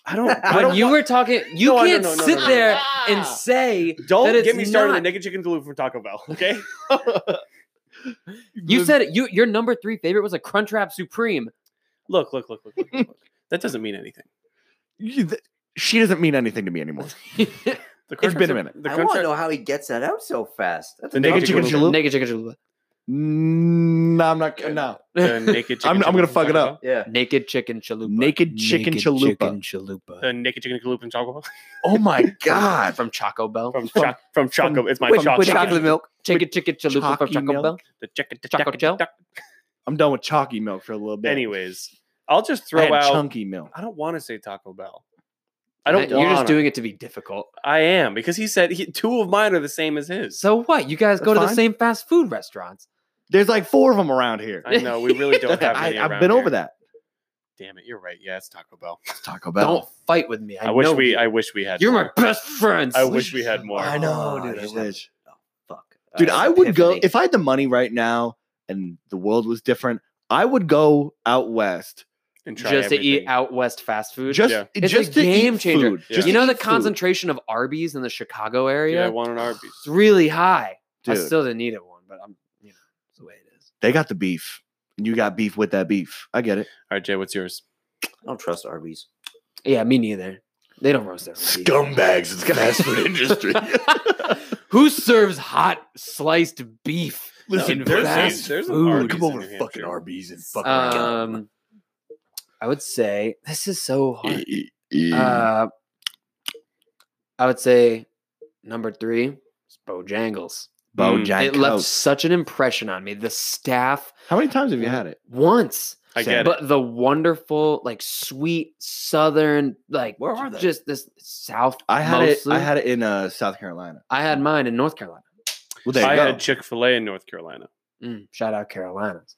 I don't. I When don't you want- were talking, you No, I don't can't know, no, sit no, no, no. there and say that don't it's get me started on the not- naked chicken duluth from Taco Bell. Okay. you said it- you your number three favorite was a Crunchwrap Supreme. Look, look, look, look, look, look. look. That doesn't mean anything. You- th- she doesn't mean anything to me anymore. The It's been contracts are- The a I want to contract- know how he gets that out so fast. That's The naked chicken chicken chalupa. Naked chicken chalupa. Mm, No, I'm not. Yeah. No, the naked chicken I'm- I'm gonna fuck it up. yeah. Naked chicken chalupa. Naked chicken chalupa. Chicken chalupa. The naked chicken chalupa and chocolate Oh my god! From Choco Bell. from Choc- from Choco. It's my With, Choco. with chocolate milk. Chicken chicken chalupa from Chalky Choco Bell. milk. The chicken Choco gel? I'm done with chalky milk for a little bit. Anyways, I'll just I throw had out. chunky milk. I don't want to say Taco Bell. I don't. You're just wanna. doing it to be difficult. I am because he said he, two of mine are the same as his. So what? You guys go to the Fine. same fast food restaurants. There's like four of them around here. I know we really don't have. I, Many have around been here. over that. Damn it! You're right. Yeah, it's Taco Bell. It's Taco Don't fight with me. I, I, wish know we. you. I wish we had. You're my more. best friends. I wish we had more. I know, Oh, dude. I just have- wish. Fuck. Dude, Uh, I would go epiphany. if I had the money right now and the world was different. I would go out west And just try to eat everything. out west fast food. just Yeah. It's a just to game eat changer. food. Yeah. Just you to know the eat food. concentration of Arby's in the Chicago Yeah, I area. want an Arby's. it's really high. I Dude, still didn't eat at one, but I'm you know it's the way it is. they got the beef, and you got beef with that beef. I get it. All right, Jay, what's yours? I don't trust Arby's. Yeah, me neither. They don't roast their own beef. Scumbags. It's fast food industry. Who serves hot sliced beef? Listen, in there's- fast there's an food? Arby's Come over in to New fucking Hampshire. Arby's and fucking around. Um, I would say this is so hard. Uh, Uh, I would say number three is Bojangles. Bojack it left House. such an impression on me. The staff How many times have you had it? once, I Sam, get it. but the wonderful, like sweet Southern, like Where are they? Just this South. I had mostly. it. I had it in uh, South Carolina. I had mine in North Carolina. Well, there you I go. had Chick Fil A in North Carolina. Mm, shout out Carolinas.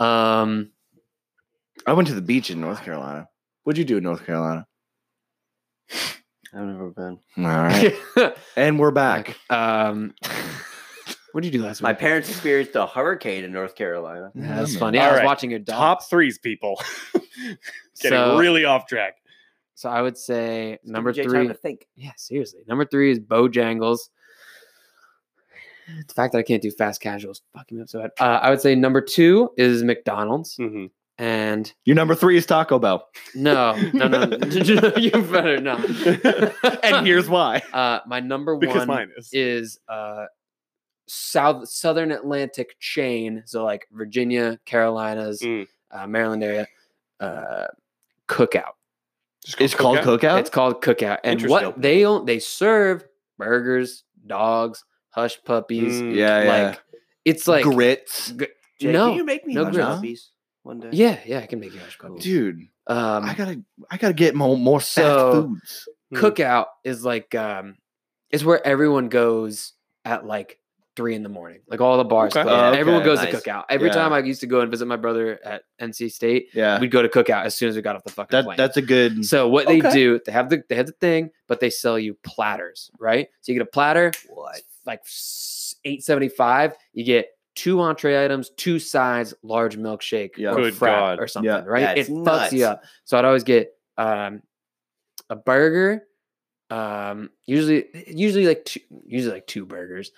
Um, I went to the beach in North Carolina. What'd you do in North Carolina? I've never been. All right, and we're back. um, what did you do last My week? parents experienced a hurricane in North Carolina. Yeah, That's Yeah, funny. man. I was Alright, watching your dog. Top threes, people. Getting So- really off track. So I would say It's number giving Jay three. Time to think. Yeah, seriously. Number three is Bojangles. The fact that I can't do fast casual is fucking me up so bad. Uh, I would say number two is McDonald's. hmm And Your number three is Taco Bell, no, no, no, no, you better not. and here's why. uh, my number Because one mine is. is uh, South Southern Atlantic chain. So like Virginia, Carolinas, Mm. uh, Maryland area. Uh, cookout. Just It's called Coca. Cookout. It's called Cookout, and Interesting. what they o- they serve burgers, dogs, hush puppies, Mm. yeah, yeah. like it's like grits, g- Jay, no, can you make me no hush grits. puppies one day? yeah, yeah, I can make you hush puppies. dude. um, I gotta, I gotta get more more fast So- foods. Mm. Cookout is like um, is where everyone goes at like three in the morning, like all the bars. Okay. close. Oh, everyone okay, goes nice. to Cookout. Every Yeah. time I used to go and visit my brother at NC State, Yeah, we'd go to Cookout as soon as we got off the fucking that plane. that's a good. so what they Okay. do, they have the they have the thing, but they sell you platters, right? So you get a platter, What? like eight seventy five. You get two entree items, two sides, large milkshake, Yeah. or Good frat God. or something, Yeah. right? That's it fucks you nuts. up. So I'd always get um, a burger, um, usually usually like two, usually like two burgers,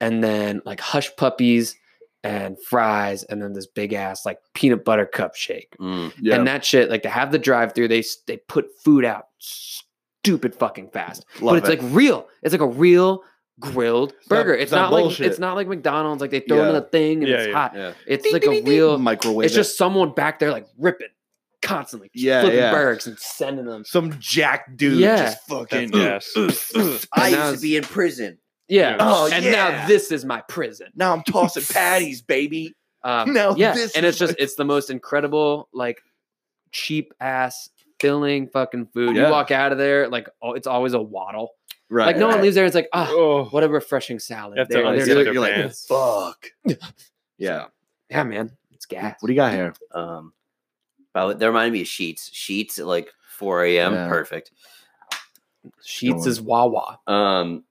and then like hush puppies and fries, and then this big ass like peanut butter cup shake. yeah, And that shit, like to have the drive through, they s- they put food out stupid fucking fast love but it's like real. It's like a real grilled not- burger. it's It's not not, like bullshit. it's not like McDonald's. Like they throw it in Yeah. a thing and Yeah, it's yeah, hot. yeah. It's like a real. microwave. It's it. just someone back there like ripping constantly, just Yeah, flipping yeah. burgers and sending them. some jack dude Yeah. just fucking. That's yes. I And used that to was- be in prison. Yeah. Oh, and yeah. now this is my prison. Now I'm tossing patties, baby. Um, Now yeah, this and is it's just it's the most incredible like cheap ass filling fucking food. Yeah. You walk out of there like oh, it's always a waddle. Right. like no one right. leaves there. It's like ah, Oh, what a refreshing salad. You have to There- unzip there's- their you're like, pants. Fuck. Yeah. yeah, man, it's gas. What do you got here? Um, but they reminded me of Sheets. Sheets at like 4 a.m. Yeah. Perfect. Sheets Going. is Wawa. Um,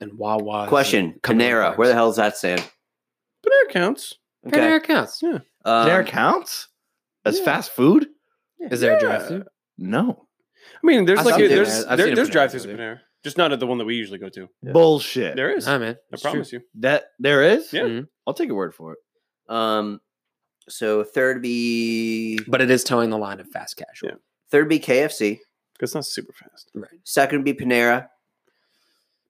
and Wawa. question Panera. Where the hell is that stand? Panera counts. Okay. Panera counts. Yeah. Um, There counts as yeah. fast food? Is there Yeah. a drive-through? No. I mean, there's I've like seen a, Panera. there's I've there, seen a there's Panera drive throughs at over Panera, just not at the one that we usually go to. Bullshit. There is. Nah, man. I it's true. promise you. That there is. Yeah. Mhm. I'll take your word for it. Um, So third be But it is towing the line of fast casual. Yeah. third be KFC. It's not super fast. Second be Panera.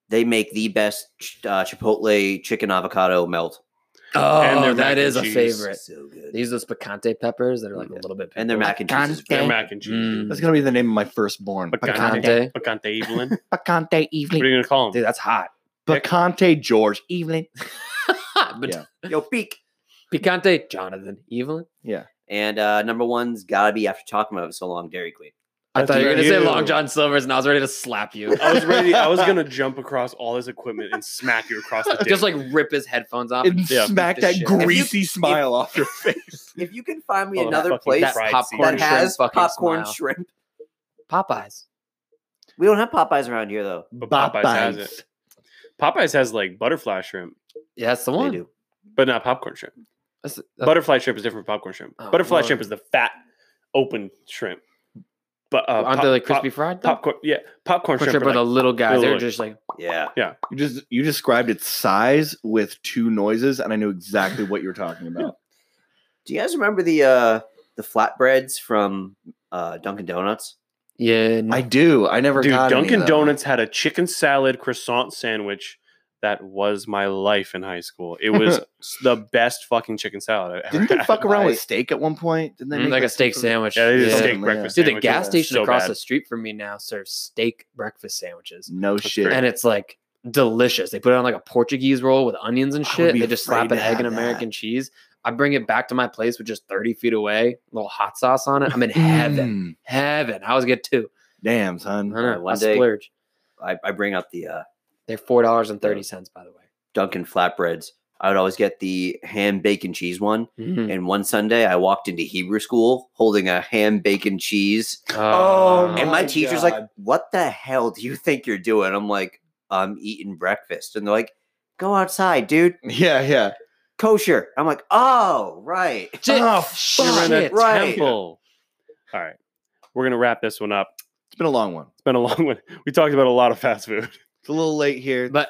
They make the best ch- uh, Chipotle chicken avocado melt. Oh, And their mac that and is a cheese. favorite. So good. These are those picante peppers that are like a Yeah. little bit. And their pickled. mac and cheese is Their Okay. mac and cheese. Mm. That's gonna be the name of my firstborn. Picante. Picante. Picante Evelyn. what Picante are Evelyn. you gonna call him? Dude, that's hot. Picante George Evelyn. but Yeah. Yo, peak. picante, Jonathan, Evelyn. And uh, number one's gotta be after talking about it so long, Dairy Queen. I That's thought you were gonna say you. Long John Silver's, and I was ready to slap you. I was ready. I was gonna jump across all his equipment and smack you across the dick. Just like rip his headphones off. And Yeah. smack Beat the that shit. greasy smile off your face. If you can find me Oh, that another fucking place that fried seed. popcorn corn that has shrimp fucking popcorn smile. shrimp, Popeyes. we don't have Popeyes around here though. But Popeyes has it. Popeyes has like butterfly shrimp, Yeah, that's the They one. do. but not popcorn shrimp. That's, that's- Butterfly shrimp is different from popcorn shrimp. Oh, Butterfly Lord. shrimp is the fat, open shrimp. But uh, aren't pop- they like pop- crispy fried? though? popcorn? Yeah, popcorn Crunch shrimp. up are with the like- little guys. little, They're like- just like Yeah. You just you described its size with two noises, and I knew exactly what you were talking about. Do you guys remember the uh the flatbreads from uh Dunkin' Donuts? yeah. I do. I never Dude, got any of Dunkin' them. Donuts had a chicken salad croissant sandwich. That was my life in high school. It was the best fucking chicken salad I ever Didn't they had. fuck around Like- with steak at one point? Didn't they Mm, make like a some steak sort of- sandwich. Yeah, they did Yeah. steak Yeah. breakfast. Dude, the sandwiches. It gas was station so across bad. the street from me now serves steak breakfast sandwiches, No shit. great. and it's like delicious. They put it on like a Portuguese roll with onions and I would shit. and be They just slap afraid an to egg have and that. American cheese. I bring it back to my place, which is thirty feet away. little hot sauce on it. I'm in heaven. Mm, heaven. I always get two. damn, I son. don't know. One I day- splurge. I, I bring up the uh They're four dollars and thirty cents, by the way. Dunkin' flatbreads. I would always get the ham bacon cheese one. Mm. And one Sunday I walked into Hebrew school holding a ham bacon cheese. Uh, Oh And my my teacher's like, God. What the hell do you think you're doing? I'm like, I'm eating breakfast. And they're like, Go outside, dude. Yeah, yeah. Kosher. I'm like, Oh, right. shit, Oh, You're in a shit. right. temple. All right, we're gonna wrap this one up. It's been a long one. It's been a long one. We talked about a lot of fast food. It's a little late here. But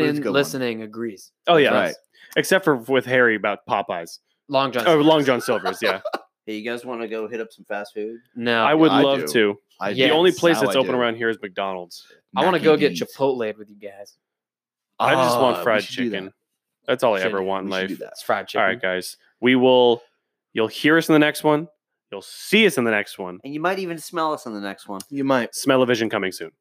but it's in a good one. listening agrees. Oh yeah, Right. except for with Harry about Popeyes Long John. or Oh, Oh, Long John Silver's. Yeah, Hey, you guys want to go hit up some fast food? No, I would I love do. to. I Yes, the only place how that's I open do. around here is McDonald's. I want to Mac go and get D's. Chipotle with you guys. I just Ah, want we fried should do that. chicken. That's all I Should ever do- want in We should life. do that. It's fried All chicken. right, guys. We will. You'll hear us in the next one. You'll see us in the next one. And you might even smell us on the next one. You might. Smell a vision coming soon.